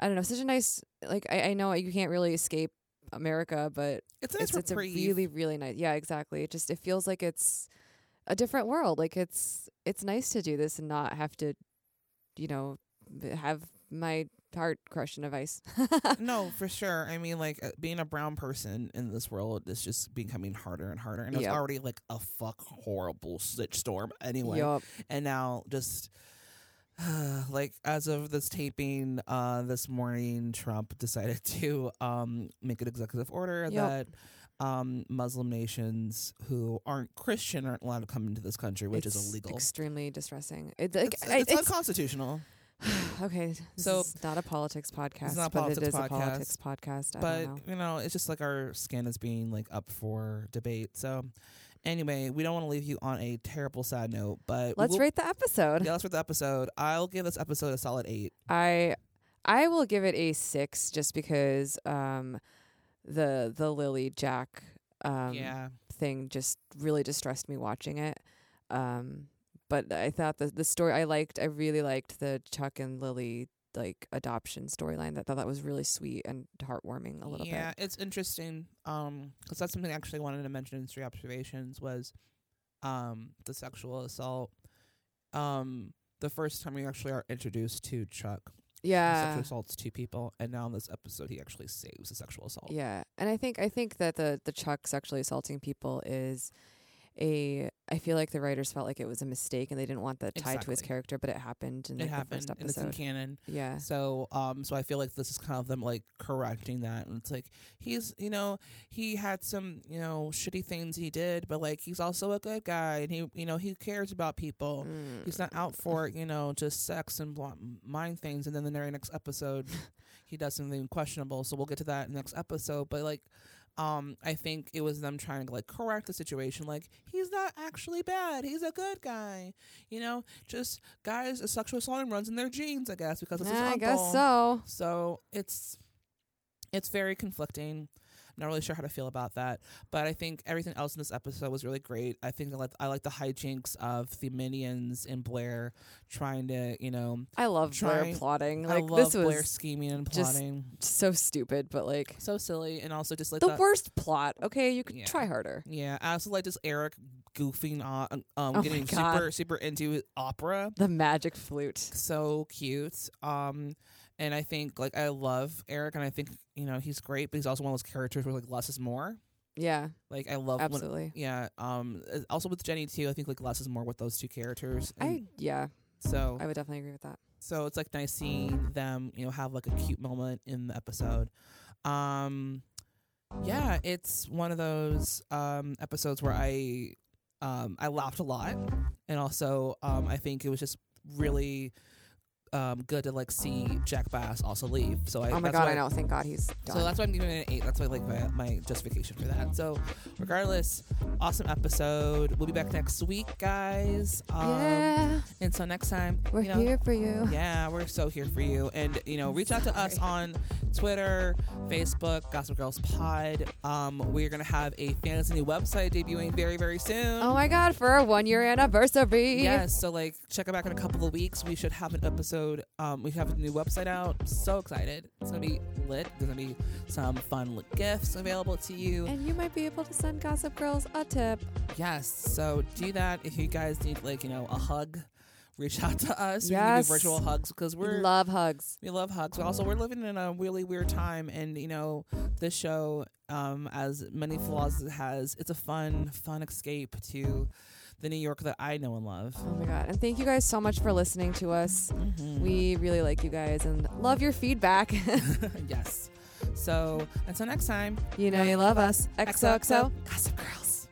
Speaker 1: I don't know, such a nice like. I, I know you can't really escape America, but
Speaker 2: It's a nice
Speaker 1: it's a
Speaker 2: reprieve.
Speaker 1: really really nice. Yeah, exactly. It just it feels like it's a different world. Like it's it's nice to do this and not have to, you know, b- have my heart crushed in a vice. *laughs*
Speaker 2: no, for sure. I mean, like uh, being a brown person in this world is just becoming harder and harder, and it's
Speaker 1: Yep.
Speaker 2: already like a fuck horrible shit storm anyway.
Speaker 1: Yup.
Speaker 2: And now just. *sighs* like as of this taping uh this morning trump *laughs* decided to um make an executive order
Speaker 1: Yup.
Speaker 2: that um muslim nations who aren't christian aren't allowed to come into this country which
Speaker 1: It's
Speaker 2: is illegal
Speaker 1: Extremely distressing. It, like,
Speaker 2: it's,
Speaker 1: I-
Speaker 2: it's unconstitutional
Speaker 1: okay, this
Speaker 2: So-
Speaker 1: is not a politics podcast,
Speaker 2: it's not a
Speaker 1: but
Speaker 2: politics
Speaker 1: it is
Speaker 2: podcast,
Speaker 1: a politics podcast. I
Speaker 2: but
Speaker 1: don't know.
Speaker 2: you know, it's just like our skin is being like up for debate. So anyway, we don't want to leave you on a terrible sad note, but
Speaker 1: Let's
Speaker 2: we'll-
Speaker 1: rate the episode.
Speaker 2: Yeah, let's rate the episode. I'll give this episode a solid eight.
Speaker 1: I I will give it a six just because um the the Lily Jack um
Speaker 2: Yeah.
Speaker 1: thing just really distressed me watching it. Um but I thought the the story I liked I really liked the Chuck and Lily like adoption storyline. That thought that was really sweet and heartwarming a little
Speaker 2: yeah,
Speaker 1: bit.
Speaker 2: it's interesting. Um, 'cause that's something I actually wanted to mention in three observations was, um, the sexual assault. Um, the first time we actually are introduced to Chuck. he
Speaker 1: Yeah.
Speaker 2: Sexual assaults two people, and now in this episode he actually saves a sexual assault.
Speaker 1: Yeah, and I think I think that the the Chuck sexually assaulting people is a. I feel like the writers felt like it was a mistake and they didn't want that tied to his
Speaker 2: Exactly.
Speaker 1: character, but it happened in
Speaker 2: it
Speaker 1: like,
Speaker 2: happened
Speaker 1: the first
Speaker 2: and it's
Speaker 1: episode.
Speaker 2: in canon.
Speaker 1: Yeah.
Speaker 2: So um so I feel like this is kind of them like correcting that and it's like he's you know, he had some, you know, shitty things he did, but like he's also a good guy and he you know, he cares about people. He's not out for, you know, just sex and blunt mind things and then the very next episode he does something questionable. So we'll get to that next episode. But like um, I think it was them trying to like correct the situation. Like he's not actually bad. He's a good guy. You know, just guys, a sexual assault runs in their genes, I guess, because it's his
Speaker 1: I
Speaker 2: uncle.
Speaker 1: guess so.
Speaker 2: So it's it's very conflicting. I'm not really sure how to feel about that, but I think everything else in this episode was really great. I think I like I like the hijinks of the minions and Blair trying to you know
Speaker 1: I love Blair
Speaker 2: trying-
Speaker 1: plotting.
Speaker 2: I
Speaker 1: Like,
Speaker 2: love
Speaker 1: this
Speaker 2: Blair
Speaker 1: was
Speaker 2: scheming and
Speaker 1: just
Speaker 2: plotting.
Speaker 1: so stupid, but like
Speaker 2: so silly, and also just like
Speaker 1: the
Speaker 2: that-
Speaker 1: worst plot. Okay, you could
Speaker 2: Yeah.
Speaker 1: try harder.
Speaker 2: Yeah, I also like just Eric goofing on, um,
Speaker 1: Oh my
Speaker 2: getting
Speaker 1: God.
Speaker 2: super super into his opera.
Speaker 1: The magic flute.
Speaker 2: So cute. Um, and I think like I love Eric, and I think you know he's great, but he's also one of those characters where like less is more.
Speaker 1: Yeah.
Speaker 2: Like I love when-
Speaker 1: Absolutely.
Speaker 2: yeah. Um, uh, also with Jenny too. I think like less is more with those two characters.
Speaker 1: I
Speaker 2: and
Speaker 1: yeah.
Speaker 2: So
Speaker 1: I would definitely agree with that.
Speaker 2: so it's like nice seeing them, you know, have like a cute moment in the episode. Um yeah, it's one of those um episodes where I um I laughed a lot and also um I think it was just really um good to like see Jack Bass also leave. So I
Speaker 1: oh my
Speaker 2: that's
Speaker 1: god,
Speaker 2: why-
Speaker 1: I know. Thank God he's done.
Speaker 2: so that's why I'm giving it an eight. That's why like my, my justification for that. So regardless, awesome episode. We'll be back next week, guys. Um,
Speaker 1: Yeah.
Speaker 2: Until next time,
Speaker 1: We're
Speaker 2: you know-
Speaker 1: here for you.
Speaker 2: *laughs* Yeah, we're so here for you. And you know, reach out to us on Twitter, Facebook, Gossip Girls Pod. Um, we're gonna have a fantasy new website debuting very very soon.
Speaker 1: oh my god, for a one year anniversary.
Speaker 2: Yes, so like check it back in a couple of weeks. We should have an episode. Um, we have a new website out. So excited! It's gonna be lit. There's gonna be some fun li- gifts available to you.
Speaker 1: And you might be able to send Gossip Girls a tip.
Speaker 2: Yes, so do that if you guys need like you know a hug. Reach out to us. We can do
Speaker 1: Yes.
Speaker 2: virtual hugs because
Speaker 1: We
Speaker 2: we're
Speaker 1: love hugs.
Speaker 2: We love hugs, but also we're living in a really weird time, and you know, this show, um, as many flaws as it has, it's a fun, fun escape to the New York that I know and love.
Speaker 1: Oh my god! And thank you guys so much for listening to us. We really like you guys and love your feedback. *laughs*
Speaker 2: yes. So until next time,
Speaker 1: you know you love us. XOXO. Gossip Girls.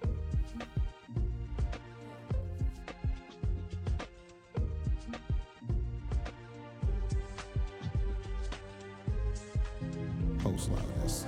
Speaker 13: Post loudness.